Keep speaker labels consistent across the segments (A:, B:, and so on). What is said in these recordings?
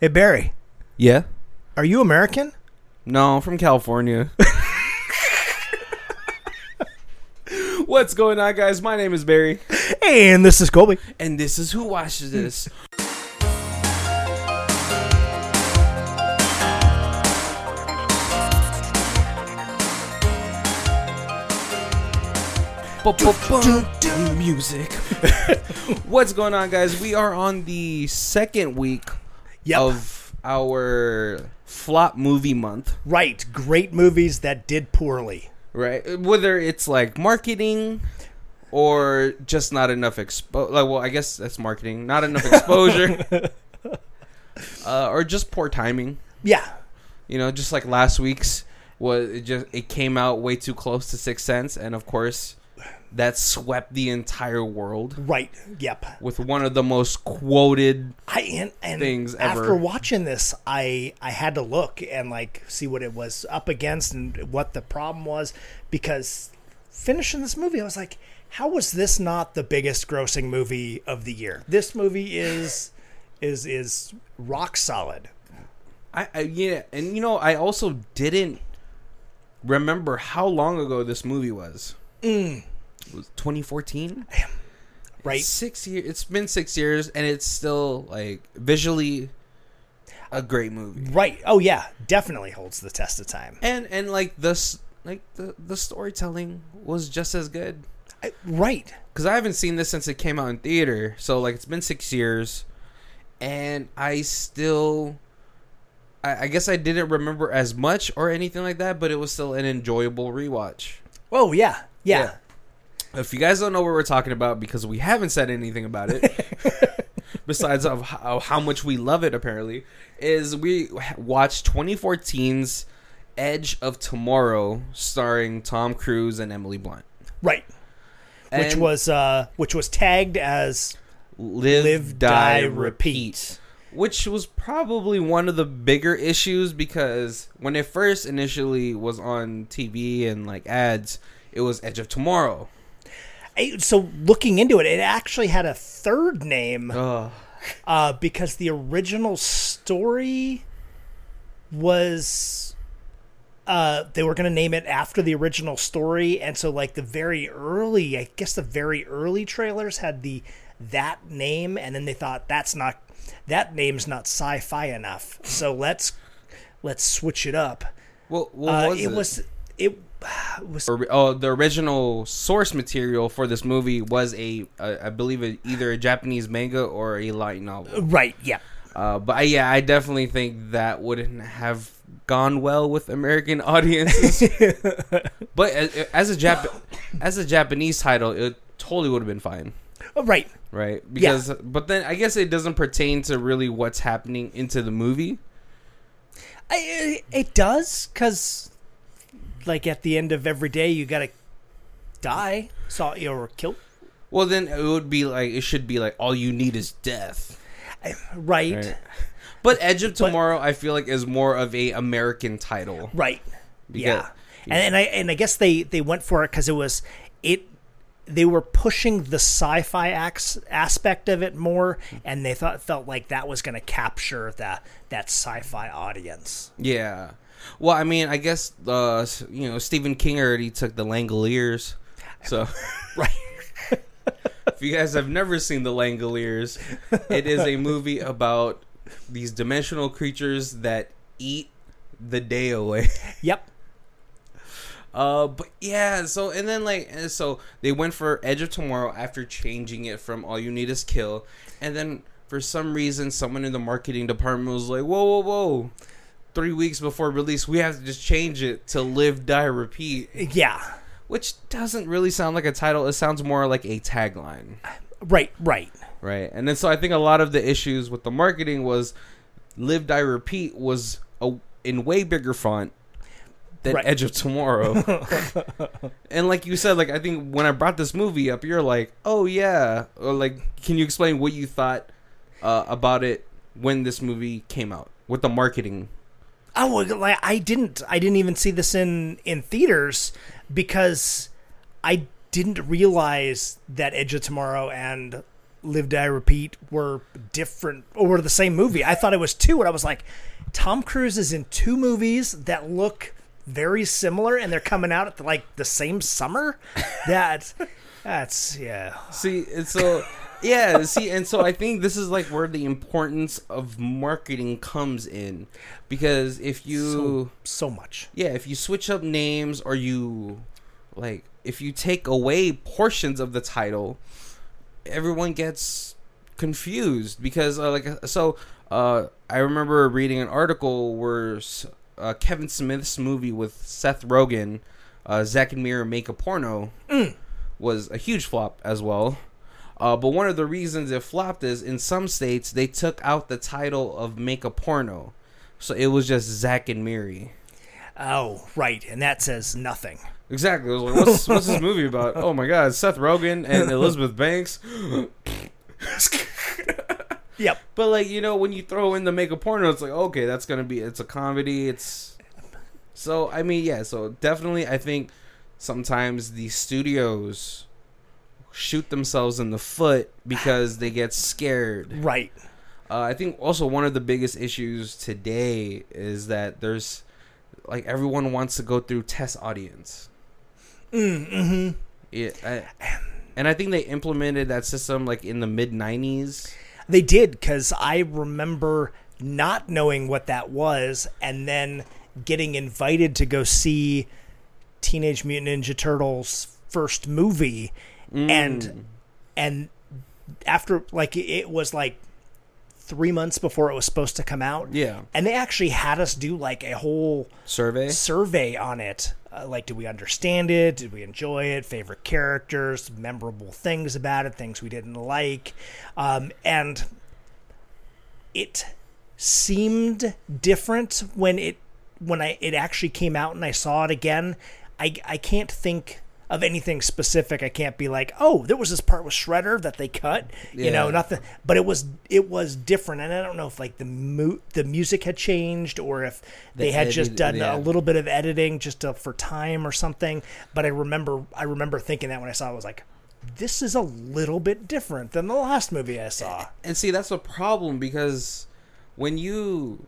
A: Hey Barry,
B: Yeah.
A: are you American?
B: No, I'm from California. What's going on, guys? My name is Barry,
A: And this is Colby.
B: and this is Who Watches This. Ba-ba-bum. Music. What's going on, guys? We are on the second week
A: Yep.
B: of our flop movie month.
A: right. Great movies that did poorly.
B: right whether it's like marketing or just not enough expo like well i guess that's marketing not enough exposure uh, or just poor timing
A: Yeah.
B: you know just like last week's was it just it came out way too close to six cents and of course that swept the entire world
A: Right. Yep.
B: with one of the most quoted
A: I and, and
B: Things
A: after
B: ever.
A: watching this, I I had to look and like see what it was up against and what the problem was because finishing this movie, I was like, how was this not the biggest grossing movie of the year? This movie is is is rock solid.
B: I, I yeah and you know i also didn't remember how long ago this movie was it was 2014
A: Right.
B: six years. It's been six years, and it's still like visually a great movie.
A: Right. Oh yeah, definitely holds the test of time.
B: And and like the s- like the the storytelling was just as good.
A: I- right.
B: Because I haven't seen this since it came out in theater, so like it's been six years, and I still. I I guess I didn't remember as much or anything like that, but it was still an enjoyable rewatch.
A: Oh yeah. Yeah.
B: If you guys don't know what we're talking about because we haven't said anything about it, besides of how, how much we love it, apparently, is we watched 2014's Edge of Tomorrow, starring Tom Cruise and Emily Blunt,
A: Right. Which
B: And
A: was uh which was tagged as
B: Live,
A: Live,
B: Die,
A: Die,
B: Repeat,
A: Repeat.
B: which was probably one of the bigger issues because when it first initially was on TV and like ads, it was Edge of Tomorrow.
A: I- so looking into it, it actually had a third name
B: Ugh.
A: uh because the original story was uh, they were going to name it after the original story and so like the very early i guess the very early trailers had the that name and then they thought that's not that name's not sci-fi enough so let's let's switch it up
B: What, what
A: uh,
B: was
A: it,
B: it?
A: was it was
B: or- oh, the original source material for this movie was a, a I believe, a, either a Japanese manga or a light novel.
A: right yeah
B: Uh, but I, yeah, I definitely think that wouldn't have gone well with American audiences. but as, as a Jap- as a Japanese title, it totally would have been fine,
A: oh, right
B: right? Because, but then I guess it doesn't pertain to really what's happening into the movie.
A: I, I- it does because like at the end of every day you gotta die saw or kill
B: Well, then it would be like it should be like all you need is death.
A: right right,
B: Right. But Edge of Tomorrow, I feel like, is more of a American title.
A: yeah
B: Because-
A: and, and i and i guess they they went for it because it was it they were pushing the sci-fi ax, aspect of it more and they thought felt like that was gonna capture that that sci-fi audience
B: Yeah. Well, I mean, I guess uh, s- you know Stephen King already took the Langoliers, so
A: right
B: if you guys have never seen the Langoliers, it is a movie about these dimensional creatures that eat the day away.
A: yep
B: Uh, but yeah, so and then like and so they went for Edge of Tomorrow after changing it from All You Need Is Kill, and then for some reason someone in the marketing department was like, whoa, whoa, whoa. Three weeks before release, we have to just change it to Live, Die, Repeat,
A: yeah
B: which doesn't really sound like a title. It sounds more like a tagline,
A: right right
B: right? And then so I think a lot of the issues with the marketing was Live, Die, Repeat was a, in way bigger font than
A: Right.
B: Edge of Tomorrow. And like you said, like I think when I brought this movie up, you're like, "Oh yeah," or like, "Can you explain what you thought uh, about it when this movie came out with the marketing?"
A: Oh, well, like I didn't. I didn't even see this in in theaters because I didn't realize that Edge of Tomorrow and Live Die Repeat were different or were the same movie. I thought it was two, and I was like, Tom Cruise is in two movies that look very similar, and they're coming out at the, like the same summer. That that's yeah.
B: See, and so yeah, see, and so I think this is like where the importance of marketing comes in, because if you
A: So much.
B: yeah, if you switch up names or you like if you take away portions of the title, everyone gets confused because uh, like so uh, I remember reading an article where s- uh, Kevin Smith's movie with Seth Rogen, uh, Zack and Mira make a porno, was a huge flop as well. Uh, but one of the reasons it flopped is in some states they took out the title of make a porno, so it was just Zack and Miri.
A: Oh right, and that says nothing.
B: Exactly. I was like, what's, what's this movie about? Oh my god, Seth Rogen and Elizabeth Banks.
A: Yep.
B: But like, you know, when you throw in the make a porno, it's like, okay, that's gonna be it's a comedy, it's so I mean, yeah, so definitely I think sometimes the studios shoot themselves in the foot because they get scared.
A: Right.
B: Uh, I think also one of the biggest issues today is that there's like everyone wants to go through test audience. Mm, Mm-hmm. Yeah, I, and I think they implemented that system like in the mid '90s.
A: They did because I remember not knowing what that was, and then getting invited to go see Teenage Mutant Ninja Turtles first movie, and and after like it was like three months before it was supposed to come out.
B: Yeah.
A: and they actually had us do like a whole
B: Survey.
A: survey on it. Uh, like, did we understand it? Did we enjoy it? Favorite characters, memorable things about it, things we didn't like. Um, and it seemed different when it when I it actually came out and I saw it again. I I can't think of anything specific. I can't be like, oh, there was this part with Shredder that they cut. You know,
B: Yeah.
A: nothing. But it was it was different, and I don't know if like the mu- the music had changed or if they had just
B: edited-
A: done
B: yeah.
A: a little bit of editing just to, for time or something. But I remember I remember thinking that when I saw it, I was like, this is a little bit different than the last movie I saw.
B: And see, that's a problem because when you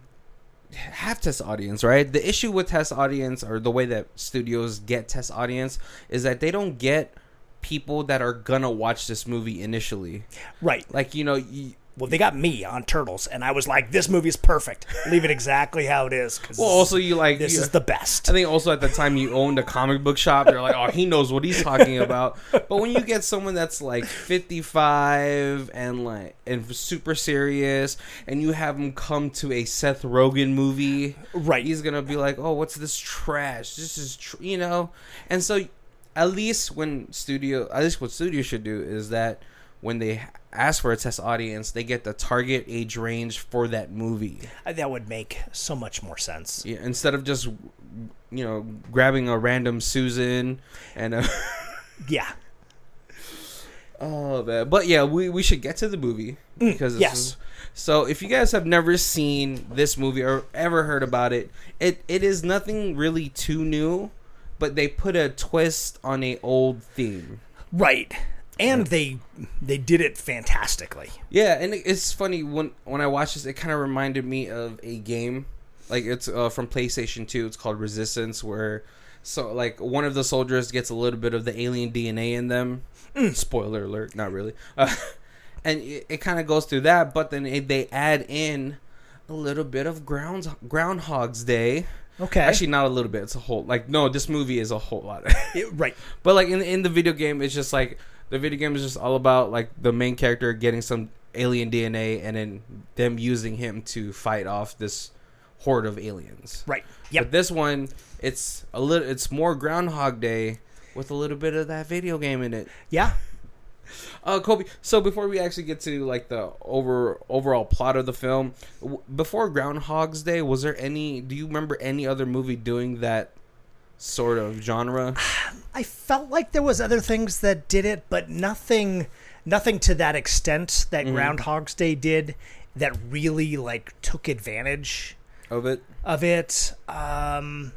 B: have test audience, right? The issue with test audience or the way that studios get test audience is that they don't get people that are gonna watch this movie initially.
A: Right.
B: Like, you know, you,
A: Well, they got me on Turtles, and I was like, this movie is perfect. Leave it exactly how it is. 'cause
B: Well, also you like
A: this
B: you-
A: is the best.
B: I think also at the time you owned a comic book shop. You're like, oh, he knows what he's talking about. But when you get someone that's like 55 and like and super serious, and you have him come to a Seth Rogen movie,
A: Right.
B: He's gonna be like, oh, what's this trash? This is tr-, you know. And so, at least when studio, at least what studio should do is that when they ask for a test audience, they get the target age range for that movie.
A: that would make so much more sense.
B: Yeah, instead of just you know grabbing a random Susan and a,
A: Yeah.
B: oh man. But yeah, we we should get to the movie because this
A: yes.
B: is- so if you guys have never seen this movie or ever heard about it, it it is nothing really too new, but they put a twist on a old theme.
A: Right. And they they did it fantastically.
B: Yeah, and it- it's funny when when I watched this, it kind of reminded me of a game, like it's uh, from PlayStation Two. It's called Resistance, where so like one of the soldiers gets a little bit of the alien DNA in them.
A: Mm.
B: Spoiler alert, not really. Uh, and it, it kind of goes through that, but then it, they add in a little bit of ground Groundhog's Day.
A: Okay.
B: Actually, not a little bit. It's a whole like no. This movie is a whole lot.
A: It- right.
B: But like in in the video game, it's just like the video game is just all about like the main character getting some alien DNA and then them using him to fight off this horde of aliens.
A: Right. Yep.
B: But this one, it's a little, it's more Groundhog Day with a little bit of that video game in it.
A: Yeah.
B: Uh, Kobe. So before we actually get to like the over overall plot of the film, w- before Groundhog's Day, was there any? Do you remember any other movie doing that sort of genre?
A: I felt like there was other things that did it, but nothing nothing to that extent that Groundhog's Day did that really like took advantage
B: Of it.
A: of it. Um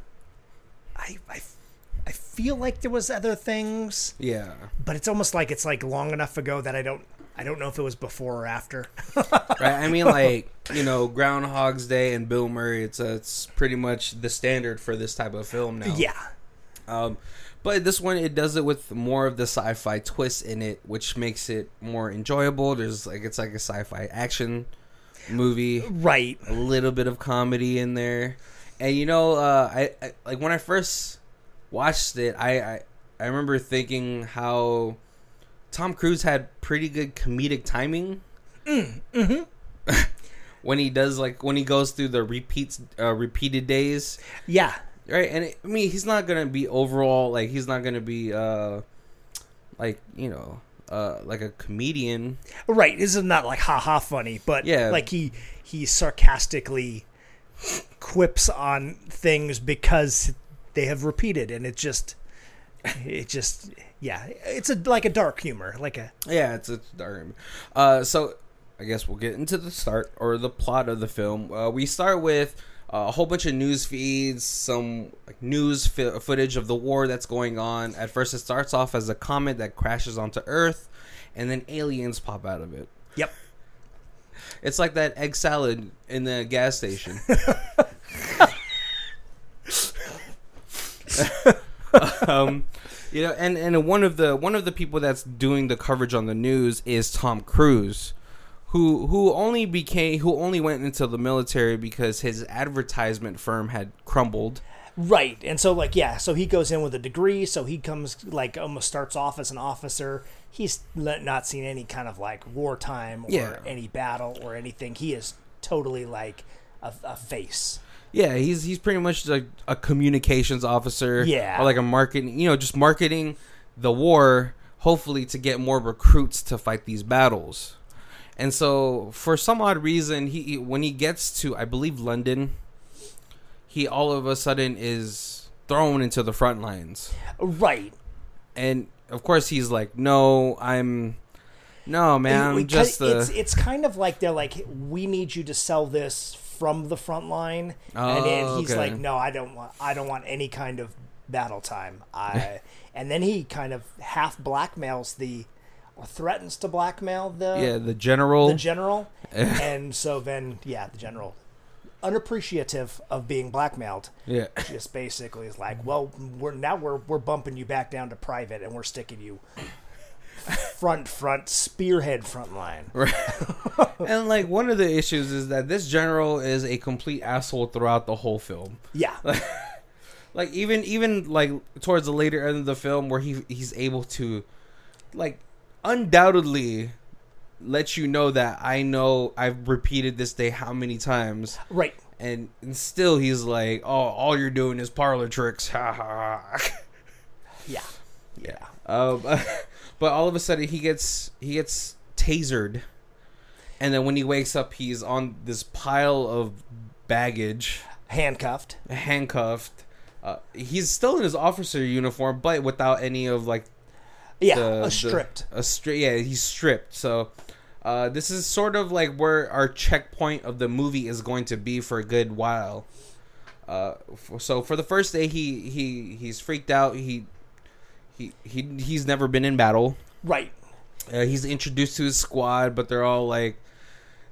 A: I I I feel like there was other things,
B: Yeah.
A: but it's almost like it's like long enough ago that I don't I don't know if it was before or after.
B: right? I mean, like you know, Groundhog's Day and Bill Murray. It's uh it's pretty much the standard for this type of film now.
A: yeah.
B: Um, but this one it does it with more of the sci-fi twist in it, which makes it more enjoyable. There's like it's like a sci-fi action movie,
A: Right.
B: a little bit of comedy in there, and you know, uh, I, I like when I first watched it, I, I I remember thinking how Tom Cruise had pretty good comedic timing. when he does like when he goes through the repeats uh, repeated days
A: Yeah.
B: right and it, i mean he's not gonna be overall like he's not gonna be uh like you know uh like a comedian
A: Right. This is not like ha ha funny, but
B: Yeah.
A: like he he sarcastically quips on things because they have repeated and it just it just yeah, it's a like a dark humor, like a
B: yeah it's a dark uh so i guess we'll get into the start or the plot of the film uh, we start with uh, a whole bunch of news feeds some like, news fi- footage of the war that's going on at first it starts off as a comet that crashes onto earth and then aliens pop out of it
A: yep.
B: it's like that egg salad in the gas station um, you know, and and one of the one of the people that's doing the coverage on the news is Tom Cruise, who who only became who only went into the military because his advertisement firm had crumbled.
A: Right. And so like yeah, so he goes in with a degree, so he comes like almost starts off as an officer. He's le- not seen any kind of like wartime or
B: Yeah.
A: any battle or anything. He is totally like a, a face.
B: Yeah, he's he's pretty much like a communications officer.
A: Yeah.
B: or like a marketing, you know, just marketing the war, hopefully to get more recruits to fight these battles. And so, for some odd reason, he he- when he gets to, I believe, London, he all of a sudden is thrown into the front lines,
A: Right.
B: and of course he's like, "No, I'm, no, man,
A: We
B: I'm
A: cut-
B: just the."
A: it's it's kind of like they're like we need you to sell this from the front line, and
B: Oh,
A: then he's
B: okay.
A: like, no, I don't want I don't want any kind of battle time. I and then he kind of half blackmails the or threatens to blackmail the
B: yeah, the general.
A: the general, and so then yeah, the general unappreciative of being blackmailed
B: yeah,
A: just basically is like, well, we're now we're we're bumping you back down to private, and we're sticking you front front spearhead front line.
B: And like one of the issues is that this general is a complete asshole throughout the whole film.
A: Yeah,
B: Like even even like towards the later end of the film where he he's able to like undoubtedly let you know that I know I've repeated this day how many times
A: right.
B: and, and still he's like, "Oh, all you're doing is parlor tricks." Ha ha. ha."
A: Yeah, yeah.
B: Um, but all of a sudden he gets he gets tasered, and then when he wakes up, he's on this pile of baggage,
A: Handcuffed.
B: handcuffed. Uh, he's still in his officer uniform, but without any of like
A: Yeah,
B: the
A: a
B: the-
A: stripped.
B: a stri- Yeah, he's stripped. So. Uh, this is sort of like where our checkpoint of the movie is going to be for a good while. Uh, f- so for the first day, he he he's freaked out. He he he he's never been in battle.
A: Right,
B: Uh, he's introduced to his squad, but they're all like,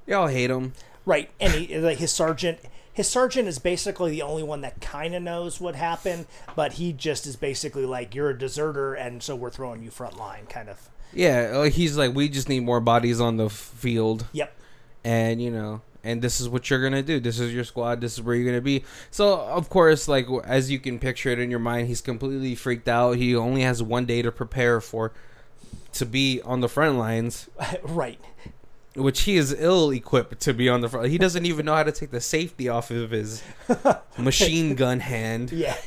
B: they all hate him.
A: right. And he, like his sergeant. His sergeant is basically the only one that kind of knows what happened, but he just is basically like, "You're a deserter, and so we're throwing you front line." Kind of.
B: Yeah, like, he's like, we just need more bodies on the f- field,
A: Yep.
B: and you know, and this is what you're gonna do. This is your squad. This is where you're gonna be. So of course, like w- as you can picture it in your mind, he's completely freaked out. He only has one day to prepare for to be on the front lines,
A: right.
B: which he is ill equipped to be on the front. He doesn't even know how to take the safety off of his machine gun hand.
A: Yeah.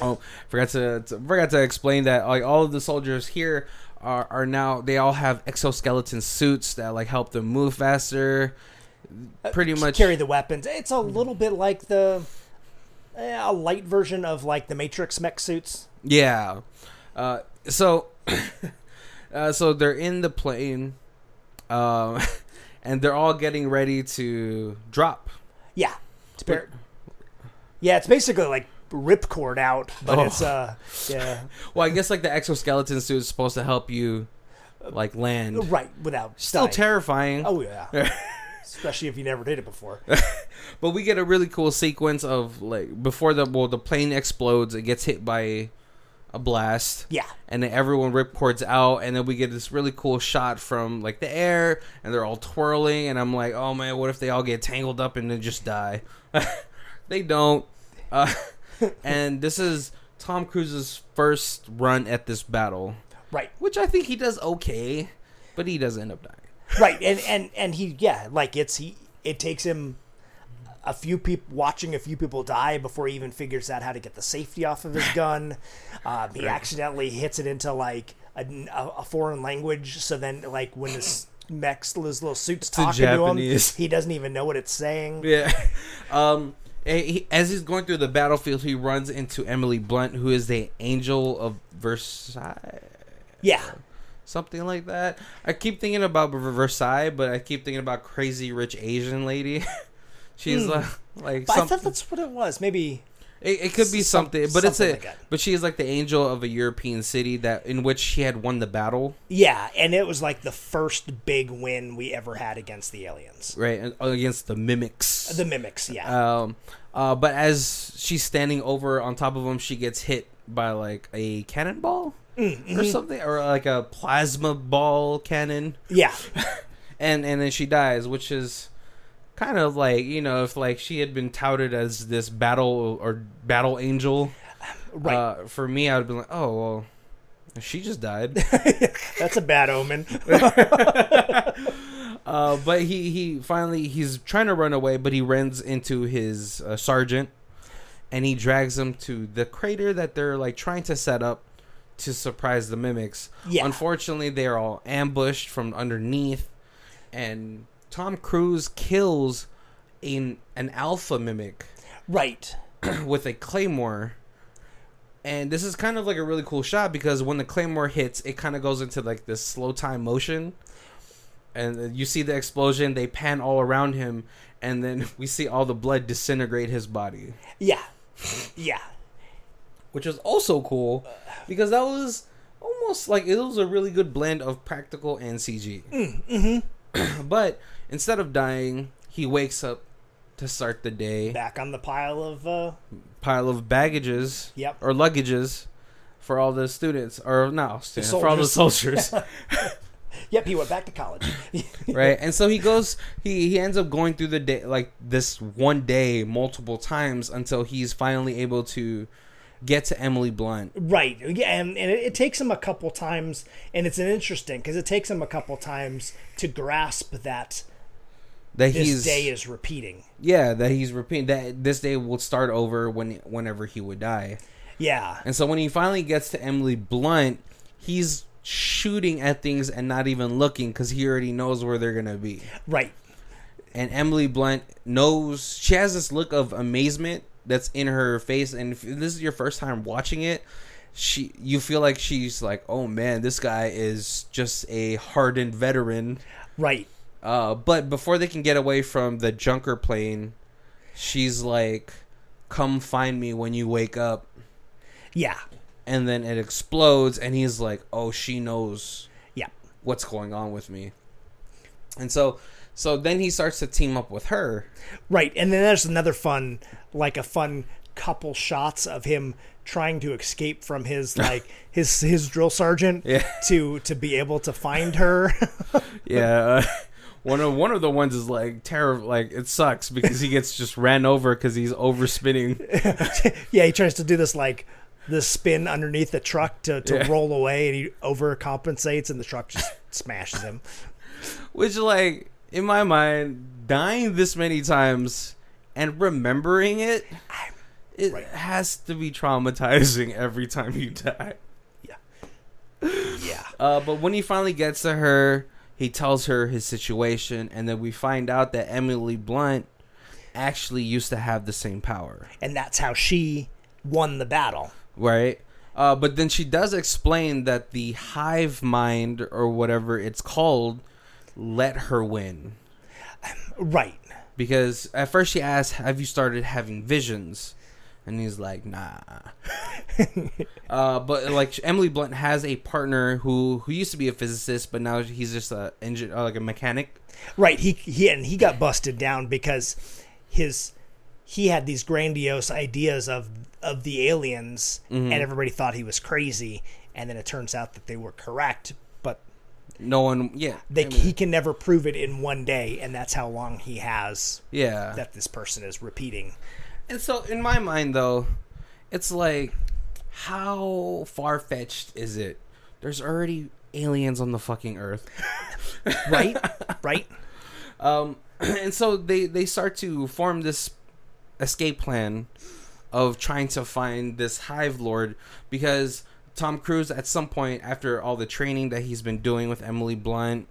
B: Oh, forgot to, to- forgot to explain that like all of the soldiers here are are now they all have exoskeleton suits that like help them move faster. Pretty much,
A: carry the weapons. It's
B: Hmm.
A: a little bit like the eh, a light version of like the Matrix mech suits.
B: yeah. Uh, so, uh, so they're in the plane, um, and they're all getting ready to drop.
A: Yeah, it's par- yeah, it's basically like ripcord out, but
B: Oh.
A: it's uh yeah
B: Well, I guess like the exoskeleton suit is supposed to help you like land.
A: right without
B: Still
A: dying.
B: terrifying.
A: Oh yeah, especially if you never did it before.
B: But we get a really cool sequence of like before the well the plane explodes, it gets hit by a blast.
A: Yeah.
B: And then everyone ripcords out and then we get this really cool shot from like the air and they're all twirling and I'm like, "Oh man, what if they all get tangled up and then just die?" they don't. Uh, and this is Tom Cruise's first run at this battle,
A: Right,
B: which I think he does okay, but he does end up dying.
A: right, and and and he yeah, like it's he. It takes him a few people watching a few people die before he even figures out how to get the safety off of his gun. Um, he accidentally hits it into like a, a foreign language, so then like when his mech's his little suit's
B: in
A: talking to him,
B: Japanese.
A: he doesn't even know what it's saying.
B: Yeah. Um. and he- as he's going through the battlefield, he runs into Emily Blunt, who is the Angel of Versailles,
A: Yeah,
B: something like that. I keep thinking about Ver- Versailles, but I keep thinking about Crazy Rich Asian Lady. She's like, like
A: Hmm. but I
B: something.
A: thought that's what it was. Maybe
B: It, it could be
A: Some-
B: something, but it's
A: something
B: a.
A: like that.
B: but she is like the angel of a European city that in which she had won the battle,
A: yeah, and it was like the first big win we ever had against the aliens.
B: right, and- uh, against the mimics.
A: Uh, The mimics, yeah.
B: Um, uh, but as she's standing over on top of him, she gets hit by like a cannonball
A: Mm-hmm.
B: or something, or like a plasma ball cannon,
A: yeah.
B: and and then she dies, which is kind of like you know if like she had been touted as this battle or battle angel,
A: Right.
B: Uh, for me, I'd have been like, oh well, she just died.
A: That's a bad omen.
B: uh, but he he finally he's trying to run away, but he runs into his uh, sergeant, and he drags him to the crater that they're like trying to set up to surprise the mimics.
A: Yeah.
B: Unfortunately, they are all ambushed from underneath, and Tom Cruise kills an an alpha mimic
A: right.
B: with a claymore. And this is kind of like a really cool shot because when the claymore hits, it kind of goes into like this slow time motion. And you see the explosion, they pan all around him, and then we see all the blood disintegrate his body.
A: Yeah. Yeah.
B: Which is also cool because that was almost like it was a really good blend of practical and CG. but instead of dying, he wakes up to start the day.
A: Back on the pile of uh
B: pile of baggages
A: Yep.
B: or luggages for all the students or not students, for all the soldiers
A: Yep, he went back to college.
B: right and so he goes he he ends up going through the day like this one day multiple times until he's finally able to get to Emily Blunt
A: right. Yeah, and, and it, it takes him a couple times and it's an interesting cuz it takes him a couple times to grasp that
B: that
A: this
B: he's
A: day is repeating.
B: yeah that he's repeating that this day will start over when whenever he would die
A: Yeah.
B: and so when he finally gets to Emily Blunt he's shooting at things and not even looking cuz he already knows where they're going to be
A: Right.
B: and Emily Blunt knows she has this look of amazement that's in her face and if this is your first time watching it she you feel like she's like oh man this guy is just a hardened veteran
A: Right.
B: uh, but before they can get away from the junker plane she's like come find me when you wake up
A: Yeah.
B: and then it explodes and he's like oh she knows
A: Yeah.
B: what's going on with me and so so then he starts to team up with her
A: Right, and then there's another fun, like a fun couple shots of him trying to escape from his like his his drill sergeant to to be able to find her.
B: Yeah. Uh, one of one of the ones is like terrible. Like it sucks because he gets just ran over because he's overspinning.
A: yeah, he tries to do this like the spin underneath the truck to, to
B: Yeah.
A: roll away, and he overcompensates, and the truck just smashes him.
B: Which like in my mind, dying this many times and remembering it, it
A: Right.
B: has to be traumatizing every time you die.
A: Yeah, yeah,
B: Uh, but when he finally gets to her, he tells her his situation, and then we find out that Emily Blunt actually used to have the same power.
A: and that's how she won the battle.
B: right? Uh, but then she does explain that the hive mind or whatever it's called let her win
A: Right,
B: because at first she asks, "Have you started having visions?" And he's like, nah. uh, but like Emily Blunt has a partner who who used to be a physicist, but now he's just a engine, uh, like a mechanic.
A: Right. He he and he got busted down because his he had these grandiose ideas of of the aliens, and everybody thought he was crazy. And then it turns out that they were correct, but
B: No one, yeah,
A: they,
B: I mean,
A: he can never prove it in one day, and that's how long he has
B: yeah.
A: that this person is repeating.
B: And so, in my mind, though, it's like, how far fetched is it? There's already aliens on the fucking Earth,
A: Right. right.
B: um, and so they they start to form this escape plan of trying to find this Hive Lord because Tom Cruise, at some point after all the training that he's been doing with Emily Blunt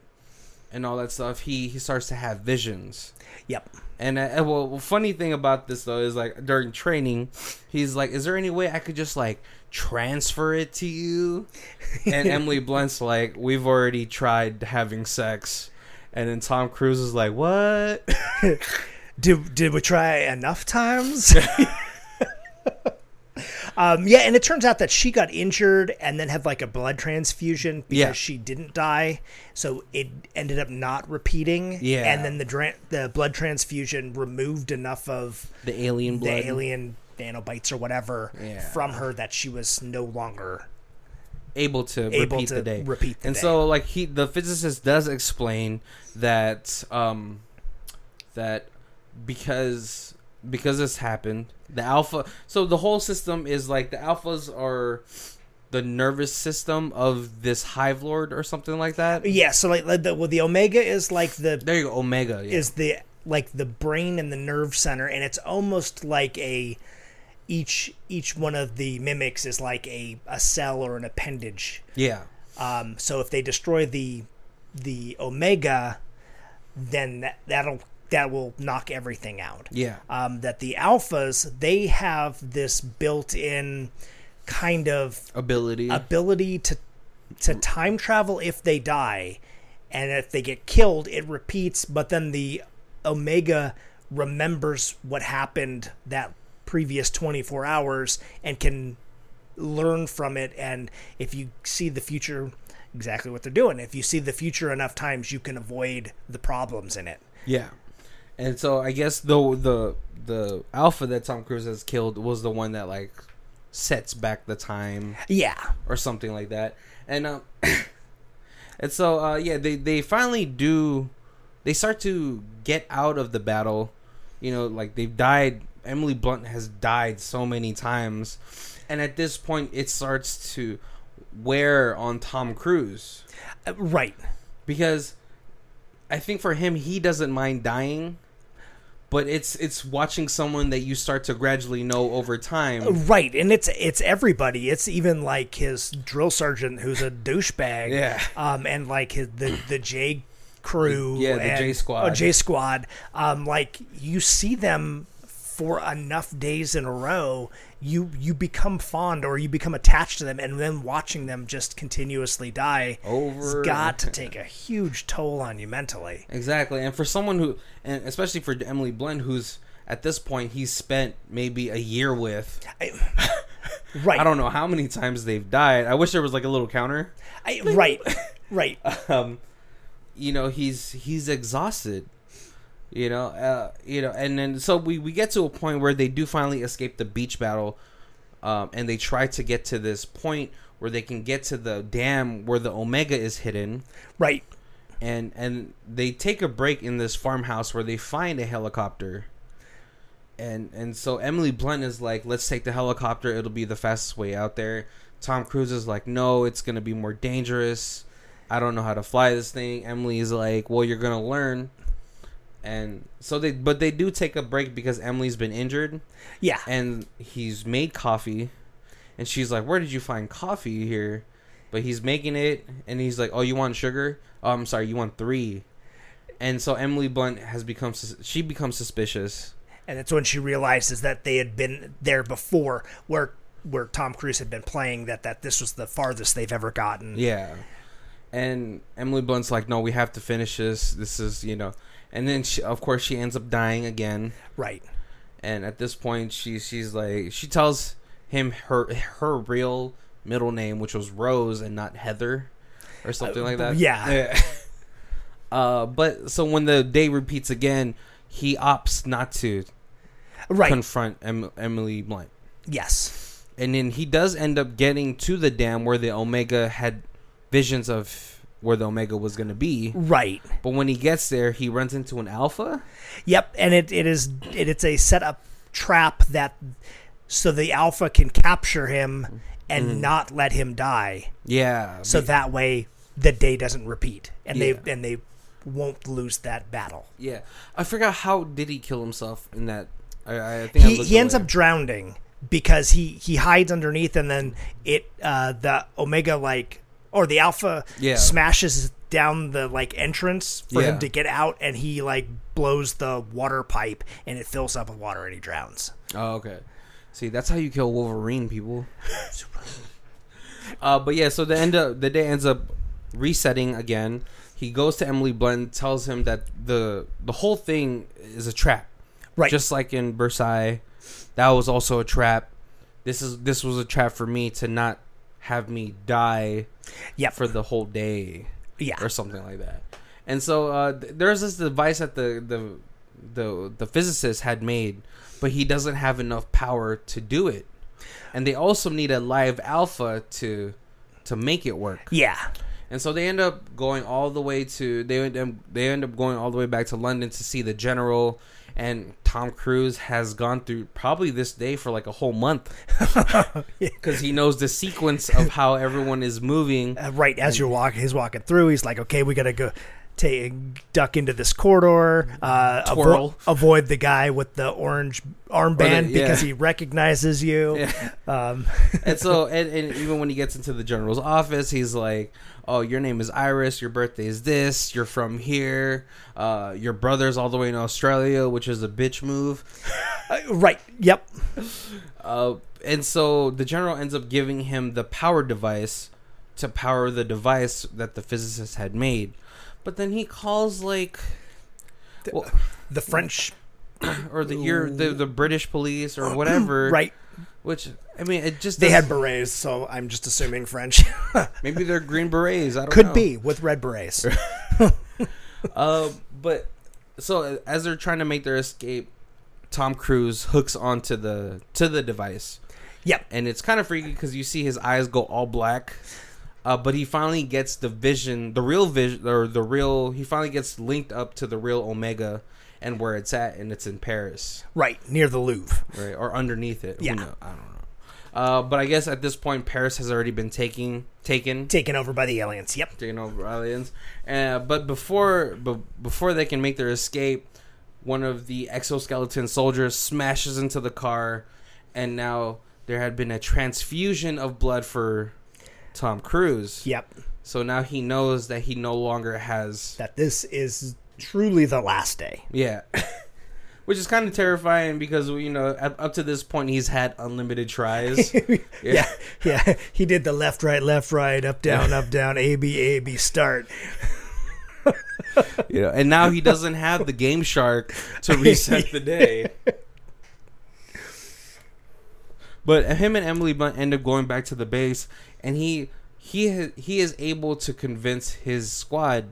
B: and all that stuff, he he starts to have visions.
A: Yep.
B: And uh, well, well, funny thing about this though is like during training, he's like, "Is there any way I could just like transfer it to you?" And Emily Blunt's like, "We've already tried having sex," and then Tom Cruise is like, "What?"
A: Did did we try enough times? um, yeah, and it turns out that she got injured and then had like a blood transfusion because
B: Yeah.
A: she didn't die, so it ended up not repeating.
B: Yeah.
A: and then the dra- the blood transfusion removed enough of
B: The alien blood.
A: the alien nanobites or whatever
B: Yeah.
A: from her that she was no longer
B: able to
A: Able
B: repeat
A: to
B: the day.
A: repeat the
B: and
A: day.
B: so like he the physicist does explain that um that because because this happened, the alpha so the whole system is like the alphas are the nervous system of this hive lord or something like that.
A: yeah. So like, like the, well, the omega is like the
B: There you go, Omega. Yeah.
A: is the like the brain and the nerve center and it's almost like a each each one of the mimics is like a, a cell or an appendage
B: yeah.
A: um, so if they destroy the the omega then that, that'll that will knock everything out
B: Yeah.
A: um, that the alphas they have this built-in kind of
B: Ability.
A: uh, ability to to time travel if they die and if they get killed it repeats but then the omega remembers what happened that previous 24 hours and can learn from it and if you see the future exactly what they're doing if you see the future enough times you can avoid the problems in it
B: Yeah, and so I guess though the the alpha that Tom Cruise has killed was the one that like sets back the time
A: yeah
B: or something like that, and um, and so uh, yeah, they they finally do, they start to get out of the battle, you know, like they've died. Emily Blunt has died so many times, and at this point, it starts to wear on Tom Cruise
A: Uh, right
B: because I think for him he doesn't mind dying, but it's it's watching someone that you start to gradually know over time.
A: right and it's it's everybody it's even like his drill sergeant who's a douchebag
B: Yeah.
A: um, and like his, the the J crew,
B: Yeah, the
A: and-
B: J Squad.
A: oh, J Squad. Um, like you see them for enough days in a row, you you become fond or you become attached to them, and then watching them just continuously die has
B: Over-
A: got to take a huge toll on you mentally.
B: Exactly, and for someone who, and especially for Emily Blunt, who's at this point he's spent maybe a year with.
A: Right,
B: I don't know how many times they've died. I wish there was like a little counter.
A: I- right, right.
B: um, you know he's he's exhausted you know uh, you know and then so we we get to a point where they do finally escape the beach battle um, and they try to get to this point where they can get to the dam where the omega is hidden
A: right,
B: and and they take a break in this farmhouse where they find a helicopter and and so Emily Blunt is like let's take the helicopter it'll be the fastest way out there Tom Cruise is like no it's going to be more dangerous I don't know how to fly this thing Emily is like well you're going to learn and so they but they do take a break because Emily's been injured
A: yeah,
B: and he's made coffee and she's like where did you find coffee here but he's making it and he's like oh you want sugar oh i'm sorry you want three and so emily blunt has become sus- she becomes suspicious
A: and that's when she realizes that they had been there before, where where Tom Cruise had been playing that that this was the farthest they've ever gotten.
B: yeah and emily blunt's like no we have to finish this this is you know and then she, of course she ends up dying again
A: Right.
B: and at this point she she's like she tells him her her real middle name which was Rose and not Heather or something like that.
A: yeah.
B: uh but so when the day repeats again, he opts not to
A: Right.
B: confront em- Emily Blunt.
A: yes.
B: And then he does end up getting to the dam where the Omega had visions of where the Omega was going to be.
A: Right.
B: But when he gets there, he runs into an Alpha.
A: Yep, and it, it is it, it's a setup trap that so the alpha can capture him and not let him die.
B: Mm-hmm. Yeah.
A: So that way the day doesn't repeat and they
B: Yeah.
A: and they won't lose that battle.
B: yeah. I forgot how did he kill himself in that. I, I think I
A: He
B: looked
A: he ends
B: away.
A: up drowning because he he hides underneath and then it uh the omega like or the alpha
B: Yeah.
A: smashes down the like entrance for him
B: Yeah.
A: to get out and he like blows the water pipe and it fills up with water and he drowns.
B: Oh, okay. See, that's how you kill Wolverine, people. uh, but yeah, so the end of the day ends up resetting again. He goes to Emily Blunt, tells him that the the whole thing is a trap,
A: Right.
B: Just like in Versailles, that was also a trap. This is this was a trap for me to not have me die
A: Yep.
B: for the whole day
A: yeah.
B: or something like that. And so uh, th- there's this device that the, the the the physicist had made, but he doesn't have enough power to do it. And they also need a live alpha to to make it work.
A: Yeah.
B: And so they end up going all the way to they end up, they end up going all the way back to London to see the general. And Tom Cruise has gone through probably this day for like a whole month because he knows the sequence of how everyone is moving.
A: Uh, right as you're walking, he's walking through. He's like, "Okay, we gotta go, take duck into this corridor, uh, avo-
B: Twirl.
A: avoid the guy with the orange armband
B: yeah.
A: because he recognizes you." Um,
B: and so and, and even when he gets into the general's office he's like oh your name is iris your birthday is this you're from here uh, your brother's all the way in australia which is a bitch move
A: uh, right. Yep.
B: uh, and so the general ends up giving him the power device to power the device that the physicist had made but then he calls like well,
A: The French.
B: or the, Euro- the the british police or whatever
A: Right.
B: which i mean it just
A: They had
B: doesn't-
A: berets, so I'm just assuming French.
B: maybe they're green berets i don't
A: Could
B: know.
A: be with red berets.
B: Uh, but so as they're trying to make their escape, Tom Cruise hooks onto the to the device,
A: yep.
B: and it's kind of freaky because you see his eyes go all black. Uh, but he finally gets the vision, the real vision, or the real. He finally gets linked up to the real Omega, and where it's at, and it's in Paris,
A: Right near the Louvre.
B: right, or underneath it.
A: Yeah.
B: Who know? I don't know. Uh, but I guess at this point, Paris has already been taking taken.
A: Taken over by the aliens. Yep.
B: taking over aliens. Uh, but before b- before they can make their escape, one of the exoskeleton soldiers smashes into the car, and now there had been a transfusion of blood for Tom Cruise.
A: Yep.
B: So now he knows that he no longer has.
A: That this is truly the last day.
B: Yeah. Which is kind of terrifying because you know up up to this point he's had unlimited tries.
A: Yeah, yeah. He did the left, right, left, right, up, down, up, down, A, B, A, B, start.
B: you know, and now he doesn't have the game shark to reset the day. But him and Emily Blunt end up going back to the base, and he he ha- he is able to convince his squad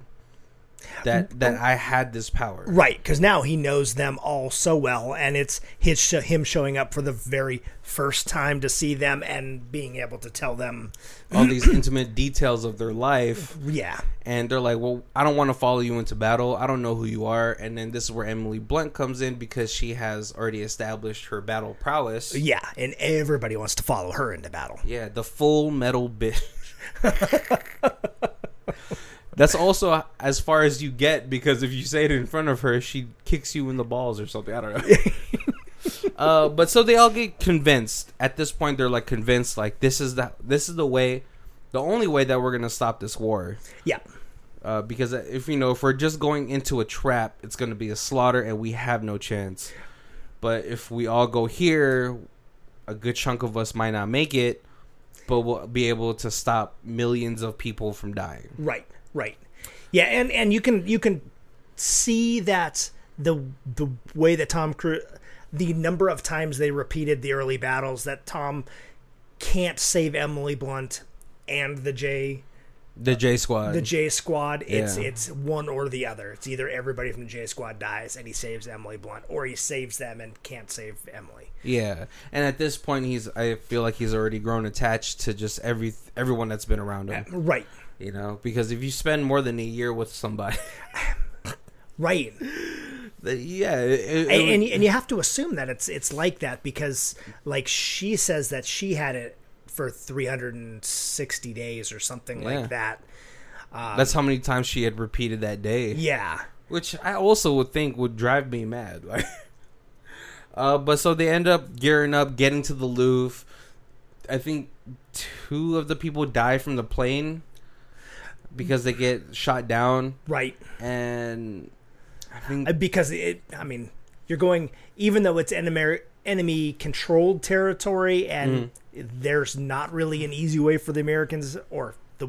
B: that that I had this power.
A: Right, because now he knows them all so well, and it's his sh- him showing up for the very first time to see them and being able to tell them,
B: All these intimate details of their life,
A: yeah,
B: and they're like, "Well, I don't want to follow you into battle. I don't know who you are." And then this is where Emily Blunt comes in because she has already established her battle prowess.
A: yeah, and everybody wants to follow her into battle.
B: Yeah, the full metal bitch. That's also as far as you get because if you say it in front of her, she kicks you in the balls or something. I don't know. uh, but so they all get convinced. At this point, they're like convinced, like this is the this is the way, the only way that we're gonna stop this war.
A: Yeah,
B: Uh, because if you know, if we're just going into a trap, it's gonna be a slaughter, and we have no chance. But if we all go here, a good chunk of us might not make it, but we'll be able to stop millions of people from dying.
A: right, right, yeah, and and you can you can see that the the way that Tom Cruise. the number of times they repeated the early battles that Tom can't save Emily Blunt and the J
B: The J Squad.
A: the J Squad. It's
B: Yeah.
A: it's one or the other. It's either everybody from the J Squad dies and he saves Emily Blunt, or he saves them and can't save Emily.
B: yeah, and at this point, he's. I feel like he's already grown attached to just every everyone that's been around him.
A: Right,
B: You know, because if you spend more than a year with somebody,
A: right.
B: that- yeah, it, it-
A: and, and, and you have to assume that it's it's like that because like she says that she had it for 360 days or something
B: Yeah.
A: like that
B: that's how many times she had repeated that day.
A: yeah
B: which I also would think would drive me mad. Like, uh, but so they end up gearing up, getting to the Louvre. I think two of the people die from the plane because they get shot down,
A: right
B: and I think
A: Uh, because it i mean you're going even though it's enemy enemy controlled territory and
B: Mm.
A: there's not really an easy way for the americans or the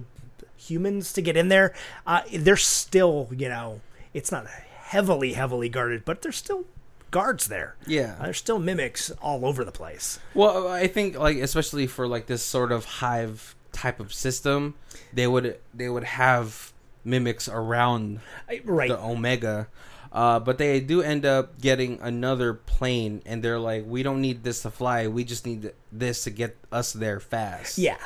A: humans to get in there uh there's still you know it's not heavily heavily guarded but there's still guards there
B: Yeah.
A: Uh, there's still mimics all over the place
B: Well, I think like especially for like this sort of hive type of system, they would they would have mimics around
A: I- right
B: the Omega. Uh, but they do end up getting another plane, and they're like, "We don't need this to fly. We just need this to get us there fast."
A: Yeah.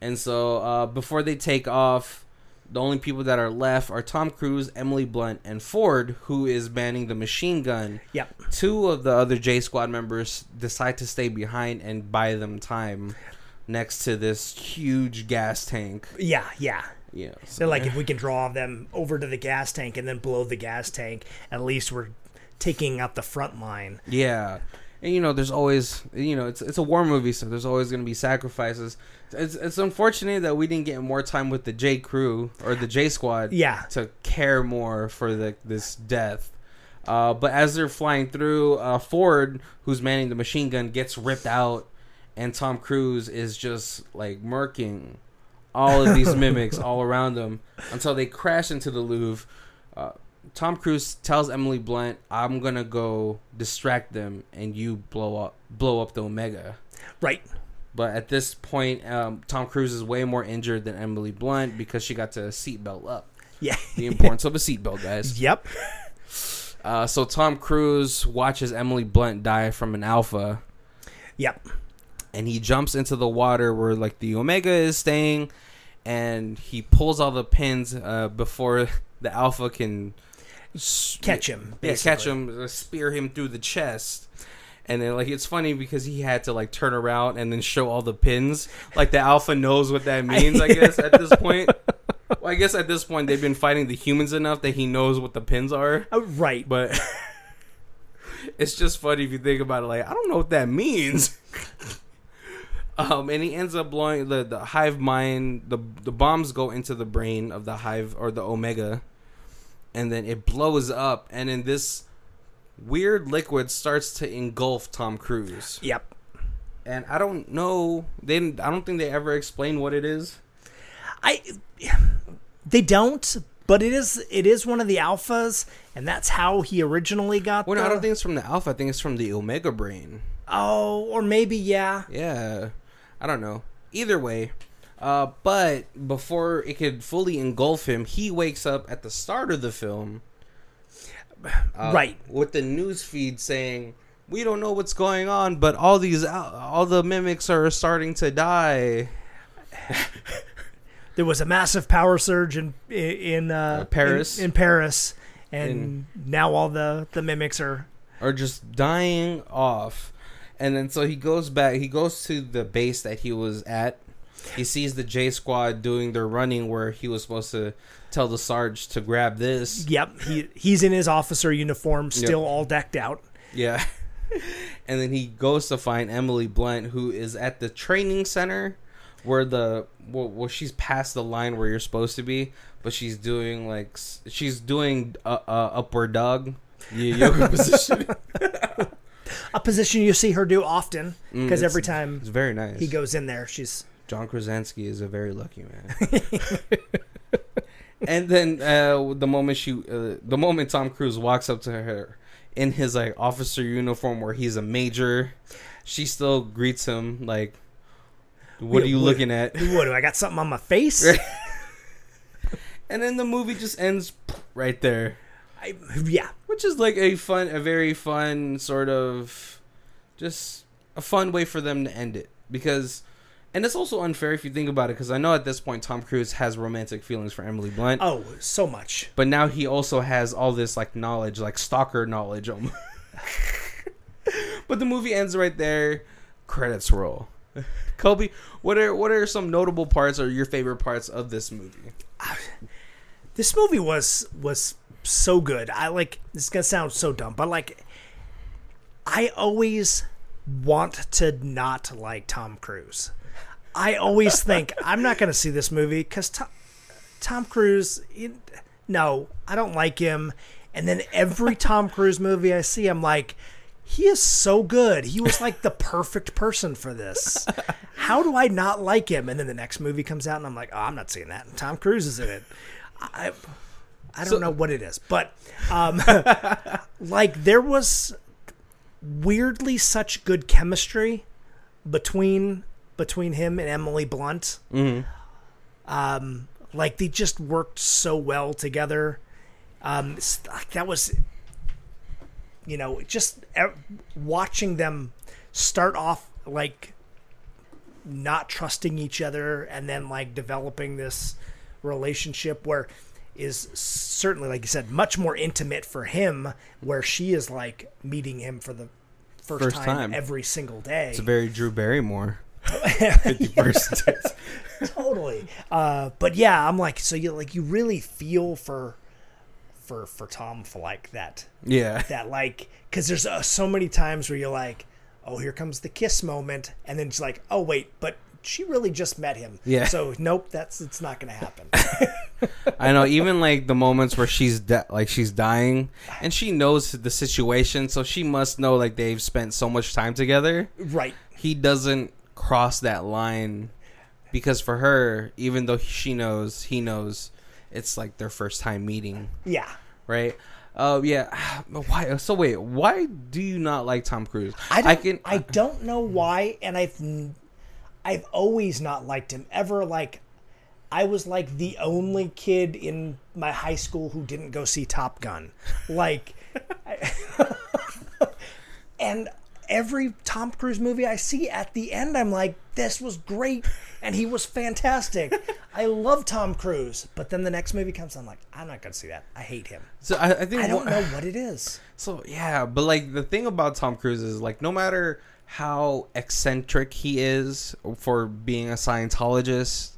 B: And so uh, before they take off, the only people that are left are Tom Cruise, Emily Blunt, and Ford, who is manning the machine gun.
A: Yep.
B: Two of the other J Squad members decide to stay behind and buy them time next to this huge gas tank.
A: Yeah. Yeah.
B: Yeah. so-
A: They're like, if we can draw them over to the gas tank and then blow the gas tank, at least we're taking out the front line.
B: Yeah. And you know, there's always you know, it's it's a war movie, so there's always gonna be sacrifices. It's it's unfortunate that we didn't get more time with the J crew or the J squad
A: Yeah.
B: to care more for the this death. Uh, but as they're flying through, uh, Ford, who's manning the machine gun, gets ripped out, and Tom Cruise is just like murking all of these mimics all around them until they crash into the Louvre. Uh, Tom Cruise tells Emily Blunt, "I'm gonna go distract them, and you blow up blow up the Omega."
A: Right.
B: But at this point, um, Tom Cruise is way more injured than Emily Blunt because she got to seatbelt up.
A: Yeah.
B: The importance of a seatbelt, guys.
A: yep.
B: Uh, so Tom Cruise watches Emily Blunt die from an alpha,
A: Yep.
B: and he jumps into the water where like the Omega is staying, and he pulls all the pins uh, before the alpha can s-
A: Catch him.
B: Yeah,
A: basically.
B: catch him, uh, spear him through the chest. And then, like, it's funny because he had to, like, turn around and then show all the pins. Like, the alpha knows what that means, I guess, at this point. Well, I guess at this point, they've been fighting the humans enough that he knows what the pins are.
A: Oh, right.
B: But it's just funny if you think about it. Like, I don't know what that means. um, and he ends up blowing the, the hive mind. The the bombs go into the brain of the hive or the omega, and then it blows up. And then this weird liquid starts to engulf Tom Cruise.
A: yep.
B: And I don't know. They didn't- I don't think they ever explain what it is.
A: I. They don't. But it is it is one of the alphas, and that's how he originally got.
B: Well, no,
A: the,
B: I don't think it's from the alpha. I think it's from the omega brain.
A: Oh, or maybe yeah.
B: Yeah, I don't know. Either way, uh, but before it could fully engulf him, he wakes up at the start of the film, uh,
A: Right.
B: with the news feed saying, "We don't know what's going on, but all these al- all the mimics are starting to die."
A: there was a massive power surge in in uh,
B: Paris.
A: in, in Paris, and now all the the mimics are
B: are just dying off. And then so he goes back, he goes to the base that he was at. He sees the J squad doing their running where he was supposed to tell the Sarge to grab this.
A: yep he he's in his officer uniform still all decked out
B: Yeah. And then he goes to find Emily Blunt who is at the training center where the well, well she's past the line where you're supposed to be, but she's doing like s- she's doing uh, uh upward dog y- yoga position.
A: a position you see her do often because
B: Mm, it's-
A: every time
B: It's very nice.
A: he goes in there she's
B: John Krasinski is a very lucky man. and then uh, the moment she, uh, the moment Tom Cruise walks up to her, in his like officer uniform where he's a major. She still greets him like, "What are you
A: What-
B: looking at?"
A: What do I got something on my face?
B: And then the movie just ends right there,
A: I, yeah,
B: which is like a fun, a very fun sort of, just a fun way for them to end it because. And it's also unfair if you think about it, because I know at this point Tom Cruise has romantic feelings for Emily Blunt.
A: Oh, so much.
B: but now he also has all this like knowledge, like stalker knowledge. almo- but the movie ends right there. Credits roll. Kobe, what are what are some notable parts or your favorite parts of this movie?
A: This movie was was so good. I like this is gonna sound so dumb, but like I always want to not like Tom Cruise. I always think I'm not gonna see this movie because Tom, Tom Cruise. he- no, I don't like him. And then every Tom Cruise movie I see, I'm like, he is so good. He was like the perfect person for this. How do I not like him? And then the next movie comes out, and I'm like, oh, I'm not seeing that. And Tom Cruise is in it. I, I don't
B: So-
A: know what it is, but um, like there was weirdly such good chemistry between between him and Emily Blunt.
B: Mm-hmm.
A: Um, like they just worked so well together. Um, it's- like that was, you know, just e- watching them start off like not trusting each other and then like developing this relationship where is certainly like you said much more intimate for him where she is like meeting him for the first,
B: First
A: time,
B: time.
A: every single day
B: It's very Drew Barrymore. Fifty first dates.
A: totally. Uh, but yeah, I'm like, so you like you really feel for for for Tom for like that
B: Yeah.
A: that like because there's uh, so many times where you're like, oh, here comes the kiss moment, and then it's like, oh wait, but she really just met him.
B: Yeah.
A: So nope, that's it's not gonna happen.
B: I know. Even like the moments where she's de- like she's dying, and she knows the situation, so she must know like they've spent so much time together.
A: right.
B: he doesn't cross that line because for her, even though she knows, he knows, it's like their first time meeting,
A: Yeah.
B: right? Oh yeah. But Why? So wait, why do you not like Tom Cruise?
A: I don't, I,
B: can.
A: don't know why, and I've n- I've always not liked him. Ever like I was like the only kid in my high school who didn't go see Top Gun. Like I- and every Tom Cruise movie I see at the end I'm like this was great and he was fantastic. I love Tom Cruise, but then the next movie comes I'm like I'm not going to see that. I hate him.
B: so I, I think.
A: I don't
B: one-
A: know what it is.
B: So yeah, but like the thing about Tom Cruise is like no matter how eccentric he is for being a Scientologist,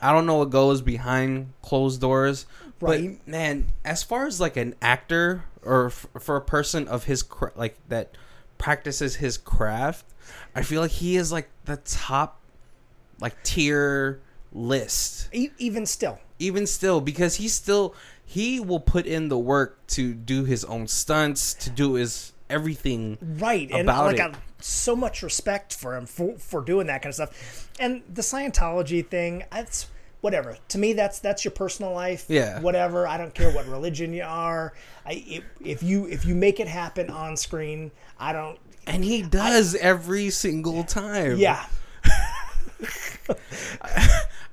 B: I don't know what goes behind closed doors.
A: Right.
B: But man, as far as like an actor or f- for a person of his cra- like that practices his craft, I feel like he is like the top like tier list
A: E- even still.
B: even still because he still he will put in the work to do his own stunts to do his everything
A: right and
B: about
A: like
B: it.
A: I have so much respect for him for, for doing that kind of stuff and the scientology thing that's whatever to me that's that's your personal life
B: Yeah.
A: whatever i don't care what religion you are i if, if you if you make it happen on screen i don't
B: and he does every single time
A: yeah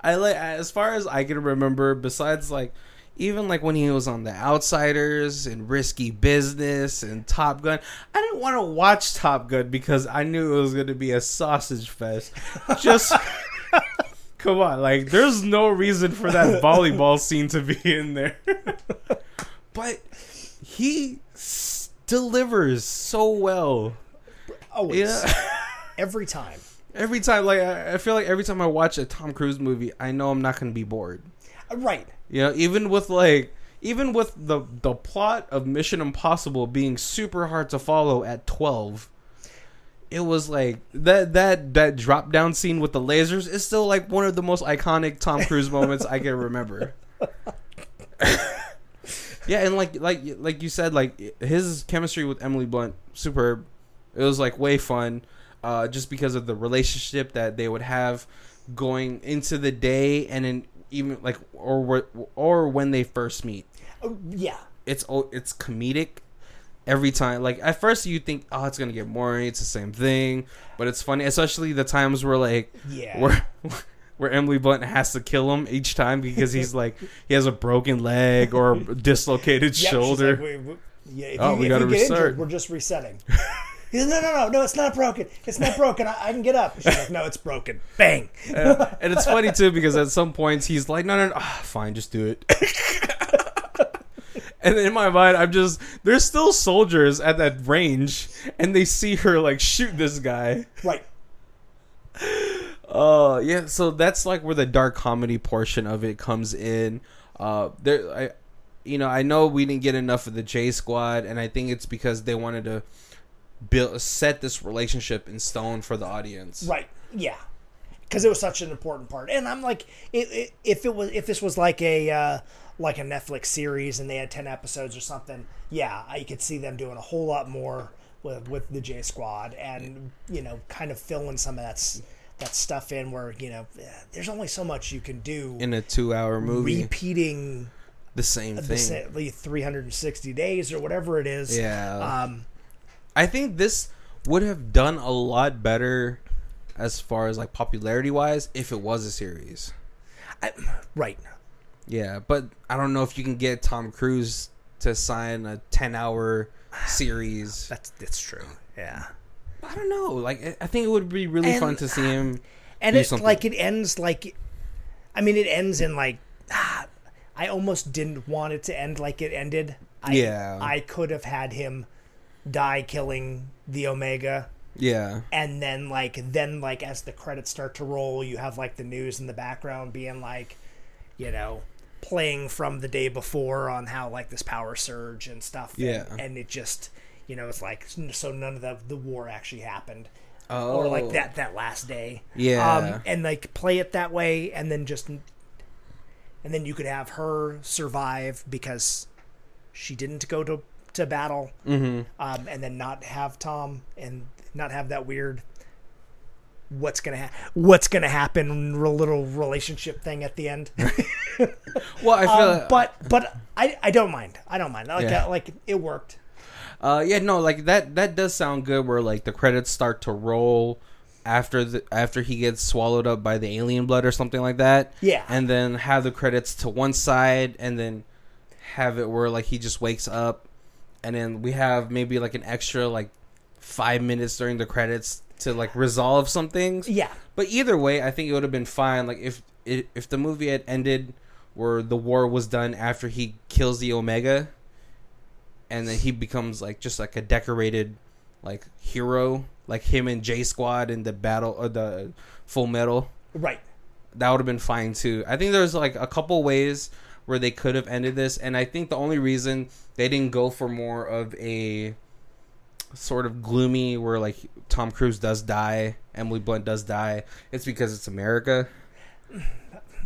B: i like as far as i can remember besides like even like when he was on the outsiders and risky business and top gun i didn't want to watch top gun because i knew it was going to be a sausage fest just come on like there's no reason for that volleyball scene to be in there but he s- delivers so well
A: always
B: yeah
A: every time
B: every time like I, I feel like every time i watch a tom cruise movie i know i'm not going to be bored
A: right
B: you know, even with like even with the the plot of Mission Impossible being super hard to follow at 12, it was like that that that drop down scene with the lasers is still like one of the most iconic Tom Cruise moments I can remember. yeah, and like like like you said like his chemistry with Emily Blunt superb. It was like way fun uh just because of the relationship that they would have going into the day and then even like or wh- or when they first meet
A: Oh, yeah
B: it's oh, it's comedic every time. Like at first you think, oh, it's gonna get boring. It's the same thing, but it's funny, especially the times where like
A: Yeah.
B: where where Emily Blunt has to kill him each time because he's like he has a broken leg or a dislocated
A: Yeah, she's
B: shoulder.
A: like, we- we- yeah, if
B: Oh,
A: you,
B: we
A: if
B: gotta
A: you get
B: restart.
A: injured, we're just resetting. He says, no, no, no, no, it's not broken. It's not broken. I, I can get up. She's like, no, it's broken. Bang.
B: Yeah. and it's funny too because at some points he's like, "No, no, no, ah, fine, just do it." and in my mind, I'm just there's still soldiers at that range, and they see her like shoot this guy.
A: Right.
B: Uh, yeah. So that's like where the dark comedy portion of it comes in. Uh, there, I, you know, I know we didn't get enough of the J Squad, and I think it's because they wanted to build set this relationship in stone for the audience.
A: Right. Yeah. Because it was such an important part, and I'm like, it, it, if it was, if this was like a uh, like a Netflix series and they had ten episodes or something, yeah, I could see them doing a whole lot more with with the J Squad, and you know, kind of filling some of that s- that stuff in where you know, eh, there's only so much you can do
B: In a two-hour movie,
A: repeating
B: the same thing.
A: the sa- the 360 days or whatever it is.
B: Yeah.
A: Um,
B: I think this would have done a lot better as far as like popularity wise if it was a series.
A: right.
B: Yeah, but I don't know if you can get Tom Cruise to sign a 10 hour series.
A: That's that's true. Yeah.
B: I don't know. Like I- I think it would be really
A: And-
B: fun to see him
A: and
B: do
A: it's
B: something.
A: like it ends like i mean it ends in like ah, i almost didn't want it to end like it ended I,
B: Yeah.
A: i could have had him die killing the omega
B: Yeah.
A: and then like then like as the credits start to roll you have like the news in the background being like you know playing from the day before on how like this power surge and stuff and-
B: Yeah.
A: and, it just you know it's like so none of the, the war actually happened
B: Oh.
A: or like that that last day Um,
B: Yeah.
A: and like play it that way and then just and then you could have her survive because she didn't go to to battle
B: Mm-hmm.
A: um, and then not have Tom and not have that weird what's gonna ha- what's gonna happen re- little relationship thing at the end.
B: Well, I
A: Um,
B: feel
A: but but I I don't mind. I don't mind. Like
B: Yeah.
A: uh, like it worked.
B: Uh, yeah, no, like that. That does sound good. Where like the credits start to roll after the after he gets swallowed up by the alien blood or something like that.
A: Yeah.
B: and then have the credits to one side, and then have it where like he just wakes up, and then we have maybe like an extra like five minutes during the credits to like resolve some things.
A: Yeah.
B: But either way, I think it would have been fine. Like if it, if the movie had ended where the war was done after he kills the Omega, and then he becomes like just like a decorated like hero, like him and J Squad in the battle or the Full Metal.
A: Right.
B: That would have been fine too. I think there's like a couple ways where they could have ended this, and I think the only reason they didn't go for more of a sort of gloomy where like Tom Cruise does die, Emily Blunt does die, it's because it's America,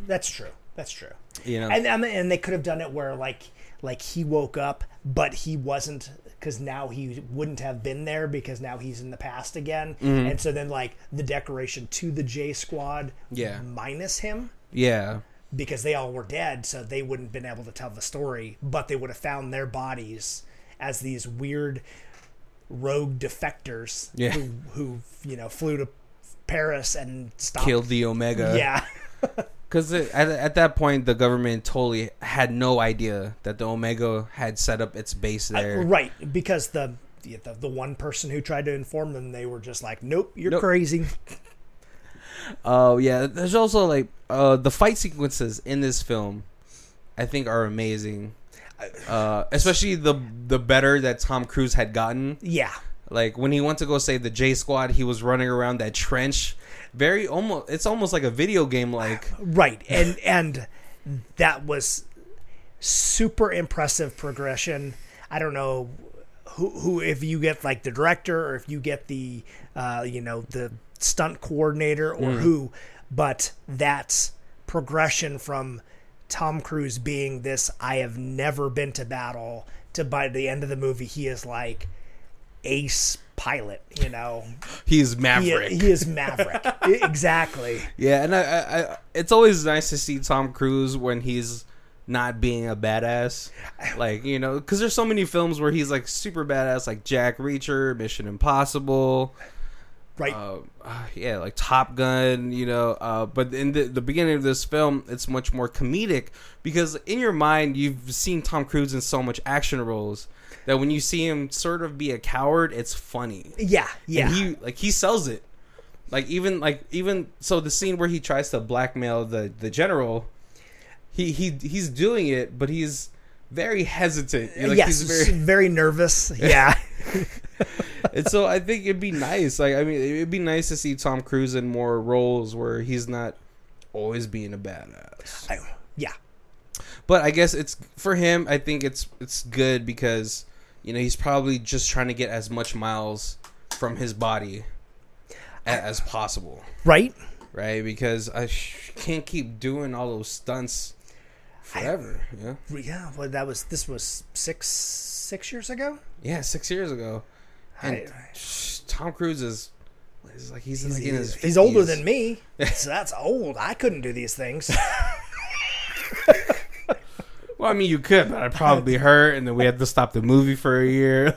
A: That's true. That's true.
B: you know.
A: And um, and and they could have done it where like like he woke up, but he wasn't because now he wouldn't have been there because now he's in the past again.
B: Mm-hmm.
A: And so then like the decoration to the J Squad,
B: Yeah.
A: minus him
B: yeah.
A: because they all were dead, so they wouldn't have been able to tell the story, but they would have found their bodies as these weird rogue defectors
B: Yeah.
A: who who you know flew to Paris and stopped.
B: Killed uh, the Omega.
A: Yeah.
B: Because at, at that point, the government totally had no idea that the Omega had set up its base there.
A: Right, because the, the the one person who tried to inform them, they were just like, "Nope, you're
B: Nope.
A: crazy."
B: Oh, yeah. There's also, like, uh, the fight sequences in this film, I think, are amazing. Uh, especially the the better that Tom Cruise had gotten.
A: Yeah,
B: Like, when he went to go save the J Squad, he was running around that trench. Very almost, it's almost like a video game, like.
A: right, and and that was super impressive progression. I don't know who who if you get like the director or if you get the uh, you know the stunt coordinator or
B: Hmm.
A: who, but that's progression from Tom Cruise being this I have never been to battle to by the end of the movie he is like ace pilot, you know.
B: He's
A: He,
B: Maverick.
A: he is Maverick. I- exactly.
B: Yeah, and I, I, I, it's always nice to see Tom Cruise when he's not being a badass. Like, you know, because there's so many films where he's like super badass, like Jack Reacher, Mission Impossible.
A: right?
B: Uh, uh, yeah, like Top Gun, you know. Uh, but in the, the beginning of this film, it's much more comedic because in your mind, you've seen Tom Cruise in so much action roles that when you see him sort of be a coward, it's funny.
A: yeah, yeah.
B: And he like he sells it. Like even like even so the scene where he tries to blackmail the the general, he he he's doing it, but he's very hesitant. You know, like,
A: yes,
B: he's
A: very... nervous. Yeah,
B: and so I think it'd be nice. Like I mean, it'd be nice to see Tom Cruise in more roles where he's not always being a badass.
A: I, yeah.
B: But I guess it's for him. I think it's it's good because you know he's probably just trying to get as much miles from his body a- as possible,
A: Right?
B: right? Because I sh- can't keep doing all those stunts forever. yeah,
A: Yeah. Well, that was this was six six years ago.
B: yeah, six years ago, and
A: I-
B: sh- Tom Cruise is. is like he's, like in his
A: He's, he's older
B: 50s.
A: than me, so that's old. I couldn't do these things.
B: Well, I mean, you could, but I'd probably be hurt, and then we had to stop the movie for a year.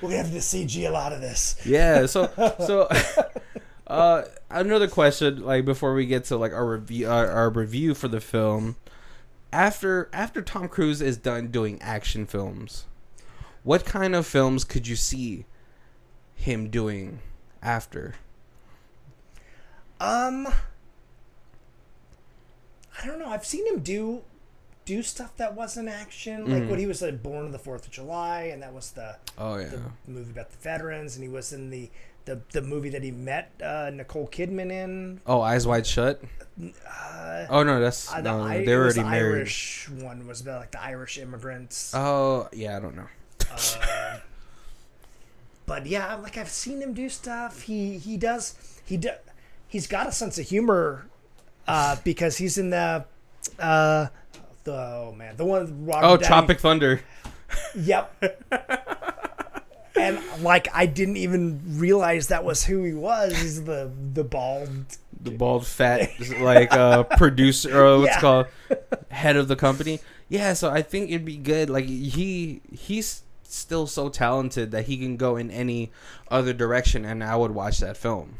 A: We're gonna have to CG a lot of this.
B: yeah. So, so, uh, another question, like before we get to like our review, our, our review for the film, after after Tom Cruise is done doing action films, what kind of films could you see him doing after?
A: Um, I don't know. I've seen him do do stuff that wasn't action, like when he was like Born on the Fourth of July, and that was the
B: Oh yeah.
A: movie about the veterans, and he was in the the, the movie that he met uh, Nicole Kidman in.
B: Oh, Eyes Wide Shut.
A: Uh,
B: Oh no, that's
A: uh, the
B: no,
A: I-
B: they
A: it
B: were
A: was
B: already
A: the
B: married.
A: Irish one was about like the Irish immigrants.
B: Oh yeah, I don't know.
A: Uh, but yeah, like I've seen him do stuff. He he does he do, he's got a sense of humor uh, because he's in the uh, the oh man the one with Robert
B: Oh,
A: Downey-
B: Tropic Thunder.
A: Yep. and like I didn't even realize that was who he was. He's the the bald.
B: the bald fat like uh producer or what's
A: Yeah.
B: it called head of the company yeah so i think it'd be good like he he's still so talented that he can go in any other direction and i would watch that film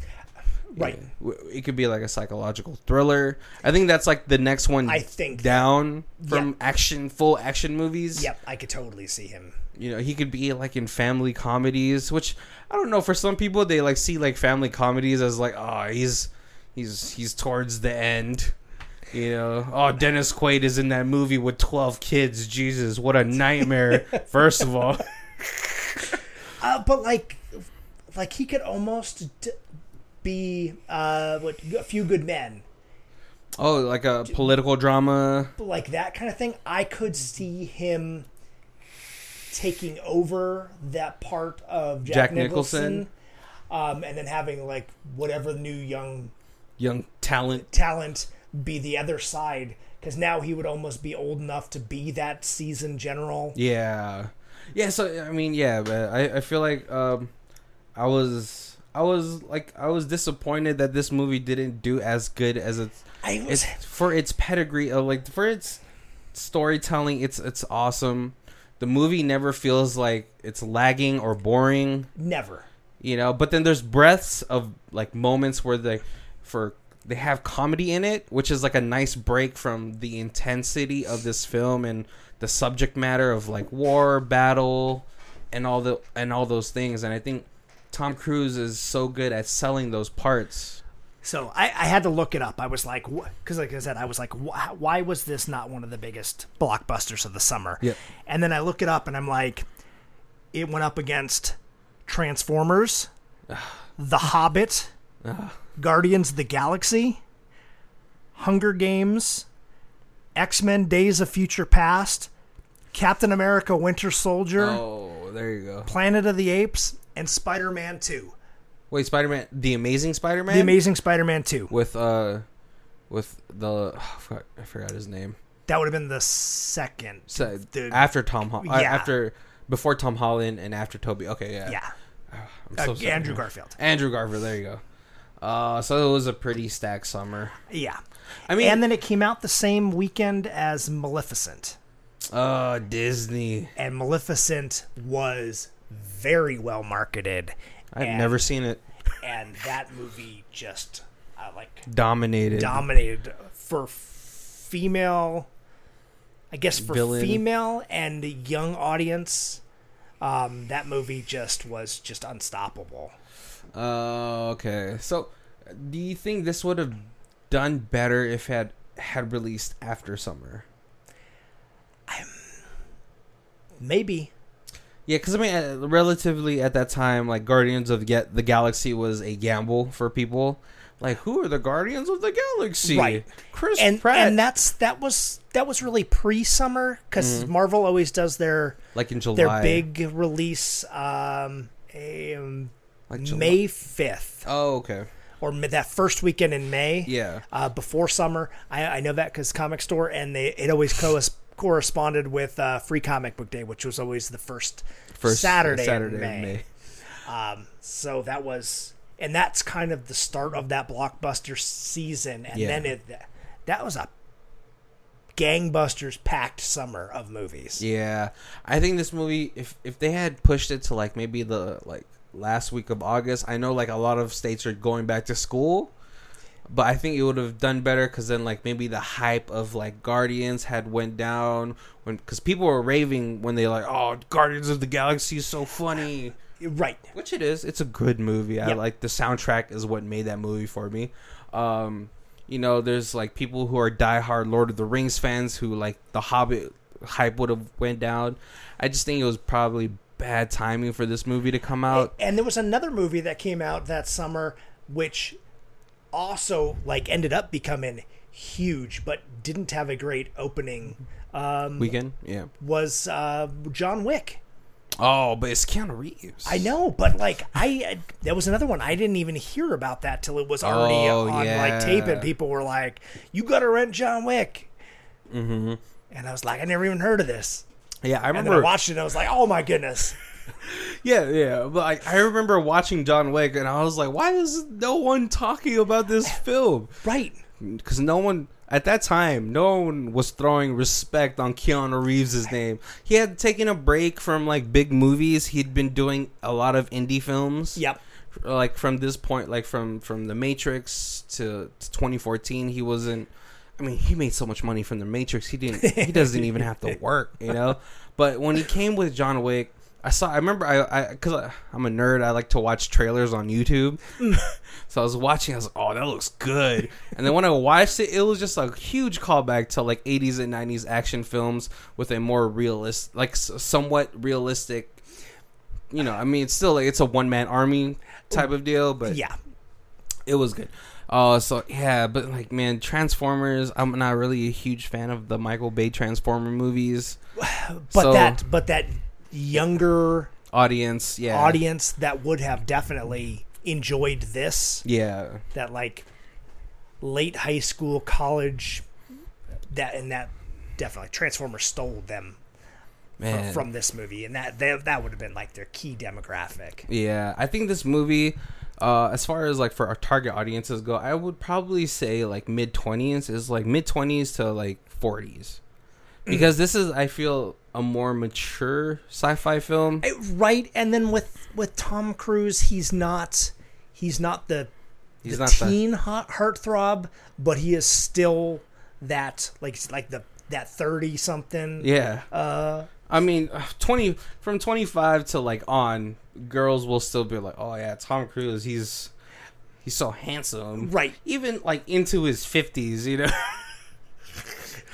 A: Right.
B: W- it could be like a psychological thriller i think that's like the next one
A: I think-
B: down from
A: Yeah.
B: action full action movies
A: Yep, I could totally see him.
B: you know he could be like in family comedies which i don't know for some people they like see like family comedies as like oh he's he's he's towards the end you know oh dennis quaid is in that movie with 12 kids jesus what a nightmare first of all
A: Uh, but like, like he could almost d- be uh, what a few good men,
B: oh like a political drama
A: like that kind of thing. I could see him taking over that part of Jack,
B: Jack
A: Nicholson,
B: Nicholson.
A: um, and then having like whatever new young
B: young talent
A: talent be the other side because now he would almost be old enough to be that seasoned general.
B: yeah yeah so i mean yeah but i, I feel like um i was i was like i was disappointed that this movie didn't do as good as it's
A: I was,
B: it's for its pedigree of like for its storytelling it's it's awesome the movie never feels like it's lagging or boring
A: never.
B: you know but then there's breaths of like moments where they for they have comedy in it which is like a nice break from the intensity of this film and the subject matter of like war battle and all the and all those things and i think tom cruise is so good at selling those parts
A: So I, I had to look it up. I was like, because like I said, I was like, wh- why was this not one of the biggest blockbusters of the summer?
B: Yep.
A: And then I look it up, and I'm like, it went up against Transformers, The Hobbit, Guardians of the Galaxy, Hunger Games, X Men: Days of Future Past, Captain America: Winter Soldier,
B: oh there you go
A: Planet of the Apes, and Spider-Man Two,
B: Wait, Spider Man, the Amazing Spider Man,
A: The Amazing Spider-Man Two.
B: with uh, with the oh, fuck, I forgot his name.
A: That would have been the second.
B: So
A: uh, The-
B: after Tom, Ho- uh,
A: yeah.
B: after before Tom Holland and after Toby. Okay, yeah,
A: Yeah.
B: I'm
A: Uh,
B: so sorry.
A: Andrew Garfield.
B: Andrew Garfield. There you go. Uh, so it was a pretty stacked summer.
A: Yeah.
B: I mean,
A: and then it came out the same weekend as Maleficent.
B: oh, Disney.
A: And Maleficent was very well marketed.
B: I've
A: and,
B: never seen it
A: And that movie just, I like,
B: dominated.
A: dominated for female i guess for
B: Villain.
A: female and young audience um, that movie just was just unstoppable
B: Oh, okay. So, do you think this would have done better if had had released after summer?
A: maybe
B: Yeah, because I mean, uh, relatively at that time, like Guardians of Get the Galaxy was a gamble for people. Like, who are the Guardians of the Galaxy?
A: Right.
B: Chris
A: and
B: Pratt.
A: and that's that was that was really pre-summer because marvel always does their
B: like in July.
A: their big release um, um,
B: like July.
A: may 5th
B: Oh, okay.
A: or mi- that first weekend in may
B: Yeah.
A: uh, before summer. I, I know that because comic store, and they it always co- corresponded with uh, Free Comic Book Day, which was always the first,
B: uh,
A: Saturday, in May. Um, so that was, and that's kind of the start of that blockbuster season, and
B: Yeah.
A: then it that was a gangbusters packed summer of movies.
B: Yeah, I think this movie, if if they had pushed it to like maybe the like last week of August, I know like a lot of states are going back to school, but I think it would have done better because then like maybe the hype of like Guardians had went down when because people were raving when they like oh Guardians of the Galaxy is so funny.
A: Right.
B: Which it is. It's a good movie. I
A: Yep.
B: like the soundtrack is what made that movie for me. Um, you know, there's like people who are diehard Lord of the Rings fans who like the Hobbit hype would have went down. I just think it was probably bad timing for this movie to come out.
A: And there was another movie that came out that summer, which also like ended up becoming huge, but didn't have a great opening. Um,
B: Weekend, yeah.
A: was uh, John Wick.
B: Oh, but it's Keanu Reeves.
A: I know, but like I, that was another one I didn't even hear about that till it was already
B: Oh,
A: on like tape,
B: yeah.
A: and people were like, "You got to rent John Wick," mm-hmm. and I was like, "I never even heard of this."
B: Yeah, I
A: And then I
B: remember.
A: watched it, and I was like, "Oh my goodness!"
B: yeah, yeah. But like, I remember watching John Wick, and I was like, why is no one talking about this film?
A: Right?
B: because no one at that time no one was throwing respect on keanu reeves' name he had taken a break from like big movies he'd been doing a lot of indie films
A: Yep.
B: like from this point like from from the matrix to, to 2014 he wasn't i mean he made so much money from the matrix he didn't he doesn't even have to work you know but when he came with john wick i saw i remember i i because i'm a nerd i like to watch trailers on youtube so i was watching i was like oh that looks good and then when i watched it it was just a huge callback to like 80s and 90s action films with a more realist like s- somewhat realistic you know, I mean, it's still like it's a one man army type of deal, but
A: Yeah.
B: it was good. Uh, so yeah, but like, man, Transformers. I'm not really a huge fan of the Michael Bay Transformer movies.
A: But
B: So-
A: that, but that younger
B: Audience, yeah,
A: audience that would have definitely enjoyed this
B: yeah,
A: that like late high school college that and that definitely transformers stole them
B: man.
A: from this movie, and that they, that would have been like their key demographic.
B: Yeah, I think this movie, uh, as far as like for our target audiences go, I would probably say like mid twenties is like mid twenties to like forties, because this is I feel a more mature sci-fi film.
A: Right, and then with with Tom Cruise, he's not he's not the
B: He's
A: the
B: not the-
A: teen hot heartthrob, but he is still that like like the that thirty something.
B: Yeah.
A: Uh,
B: I mean, ugh, twenty from twenty five to like on, girls will still be like, "Oh yeah, Tom Cruise, he's he's so handsome."
A: Right.
B: Even like into his fifties, you know.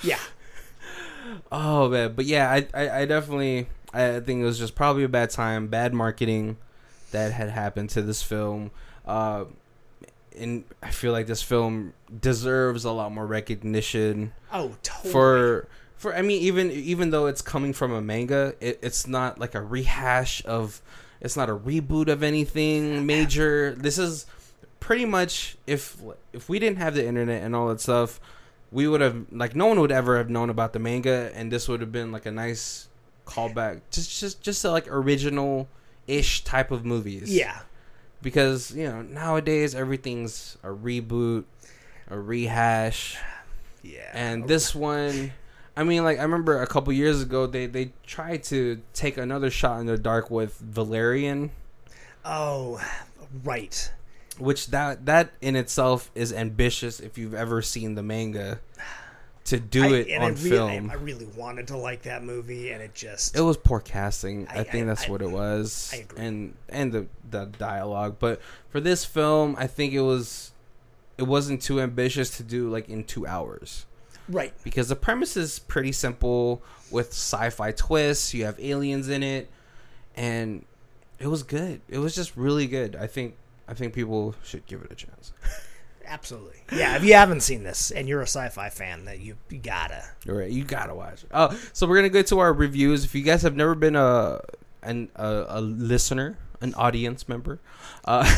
A: yeah,
B: oh man, but yeah, I I, I definitely I think it was just probably a bad time, bad marketing that had happened to this film. Uh, and I feel like this film deserves a lot more recognition
A: oh totally.
B: for for I mean even even though it's coming from a manga, it, it's not like a rehash of it's not a reboot of anything major. This is pretty much if if we didn't have the internet and all that stuff, we would have like no one would ever have known about the manga, and this would have been like a nice callback, just just just a, like original ish type of movies.
A: yeah,
B: because you know nowadays everything's a reboot. a rehash.
A: Yeah.
B: And this one, I mean, like I remember a couple years ago, they they tried to take another shot in the dark with Valerian,
A: oh, right.
B: which that that in itself is ambitious if you've ever seen the manga. To do
A: I-
B: it
A: and
B: on
A: I really,
B: film,
A: I, I really wanted to like that movie, and it just
B: it was poor casting. I,
A: I-
B: think
A: I-
B: that's
A: I-
B: what it was,
A: I agree.
B: and and the the dialogue. But for this film, I think it was it wasn't too ambitious to do like in two hours.
A: right.
B: because the premise is pretty simple with sci-fi twists. You have aliens in it, and it was good. It was just really good. I think I think people should give it a chance.
A: Absolutely. Yeah. If you haven't seen this, and you're a sci-fi fan, that you, you gotta.
B: All right, you gotta watch. it. Oh, so we're gonna go to our reviews. If you guys have never been a an a, a listener, an audience member, uh,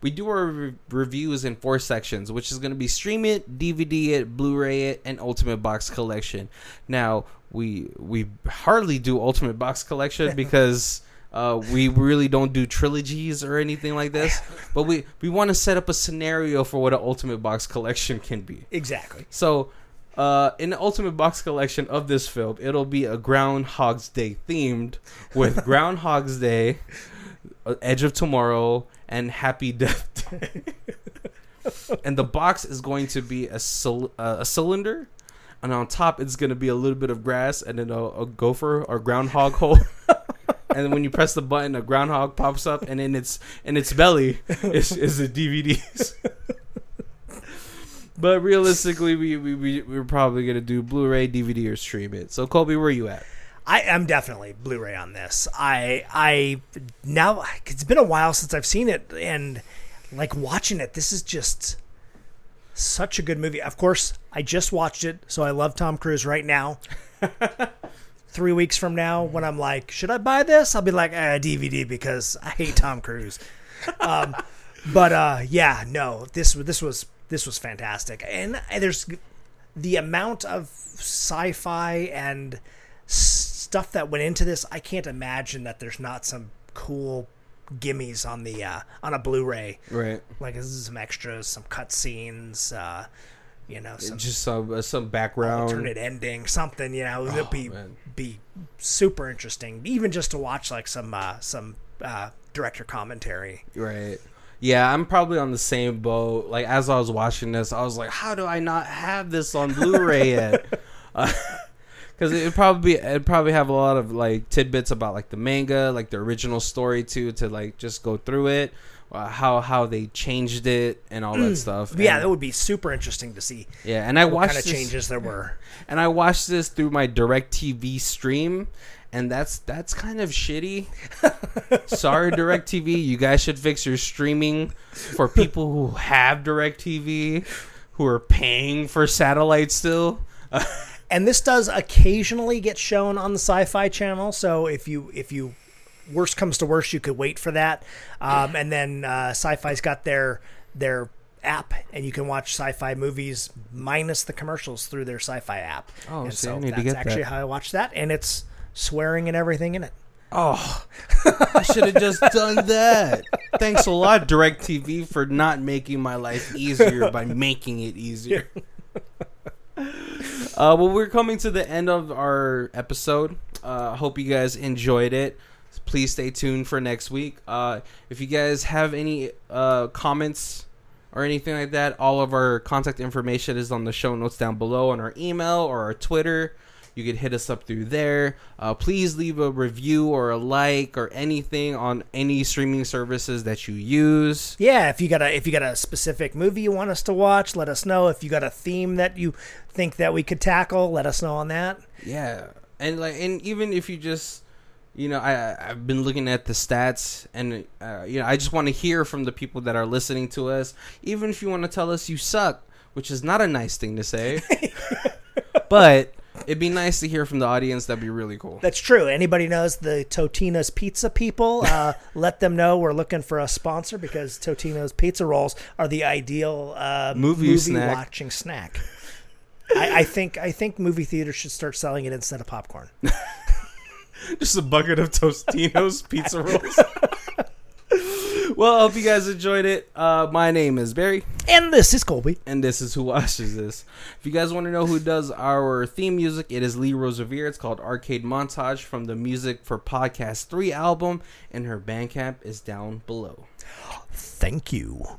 B: we do our re- reviews in four sections, which is gonna be stream it, DVD it, Blu-ray it, and Ultimate Box Collection. Now we we hardly do Ultimate Box Collection because. Uh, we really don't do trilogies or anything like this, but we, we want to set up a scenario for what an ultimate box collection can be.
A: Exactly.
B: So, uh, in the ultimate box collection of this film, it'll be a Groundhog's Day themed with Groundhog's Day, uh, Edge of Tomorrow, and Happy Death Day. and the box is going to be a cyl- uh, a cylinder, and on top it's going to be a little bit of grass and then a, a gopher or groundhog hole. and then when you press the button, a groundhog pops up, and in its in its belly is is the DVDs. But realistically, we, we, we, we're probably going to do Blu ray, DVD, or stream it. So, Colby, where you at?
A: I am definitely Blu-ray on this. I I now it's been a while since I've seen it, and like watching it, this is just such a good movie. Of course, I just watched it, so I love Tom Cruise right now. Three weeks from now, when I'm like, should I buy this? I'll be like, uh, DVD because I hate Tom Cruise. Um, but uh, yeah, no, this this was this was fantastic, and there's the amount of sci-fi and stuff that went into this, I can't imagine that there's not some cool gimmies on the uh, on a Blu-ray.
B: Right.
A: Like this is some extras, some cutscenes, uh, you know, some
B: Just some, uh, some background.
A: alternate ending, something. You know, it'd be
B: Oh, man.
A: be super interesting, even just to watch like some uh, some uh, director commentary.
B: Right. Yeah, I'm probably on the same boat. Like, as I was watching this, I was like, how do I not have this on Blu ray yet? Because it'd probably be, it'd probably have a lot of like tidbits about like the manga, like the original story too, to like just go through it, uh, how how they changed it and all that stuff.
A: But Mm. yeah,
B: And-
A: that would be super interesting to see
B: yeah. And I
A: what
B: watched
A: kind of
B: this-
A: changes there were.
B: and I watched this through my direct TV stream and that's that's kind of shitty. Sorry direct TV, you guys should fix your streaming for people who have direct TV who are paying for satellite still.
A: and this does occasionally get shown on the sci-fi channel so if you if you worst comes to worst you could wait for that um, and then uh, sci-fi's got their their app and you can watch sci-fi movies minus the commercials through their sci-fi app
B: Oh,
A: and
B: see, I need to
A: that's
B: get
A: actually
B: that.
A: how i watched that and it's swearing and everything in it
B: Oh, I should have just done that. Thanks a lot direct TV for not making my life easier by making it easier. Uh, well, we're coming to the end of our episode. Uh, hope you guys enjoyed it. Please stay tuned for next week. Uh, if you guys have any uh, comments or anything like that, all of our contact information is on the show notes down below on our email or our Twitter. You could hit us up through there. Uh, please leave a review or a like or anything on any streaming services that you use.
A: yeah if you got a if you got a specific movie you want us to watch let us know if you got a theme that you think that we could tackle let us know on that
B: Yeah, and like, and even if you just, you know, I I- I've been looking at the stats, and uh, you know, I just want to hear from the people that are listening to us. Even if you want to tell us you suck, which is not a nice thing to say, but it'd be nice to hear from the audience. That'd be really cool.
A: That's true. Anybody knows the Totino's Pizza people? Uh, let them know we're looking for a sponsor because Totino's Pizza Rolls are the ideal uh,
B: Movie snack.
A: watching snack. I, I think I think movie theaters should start selling it instead of popcorn.
B: Just a bucket of Tostinos pizza rolls. Well, I hope you guys enjoyed it. Uh, my name is Barry,
A: And this is Colby.
B: and this is Who Watches This. If you guys want to know who does our theme music, it is Lee Rosevere. It's called Arcade Montage from the Music for Podcast 3 album, and her Bandcamp is down below.
A: Thank you.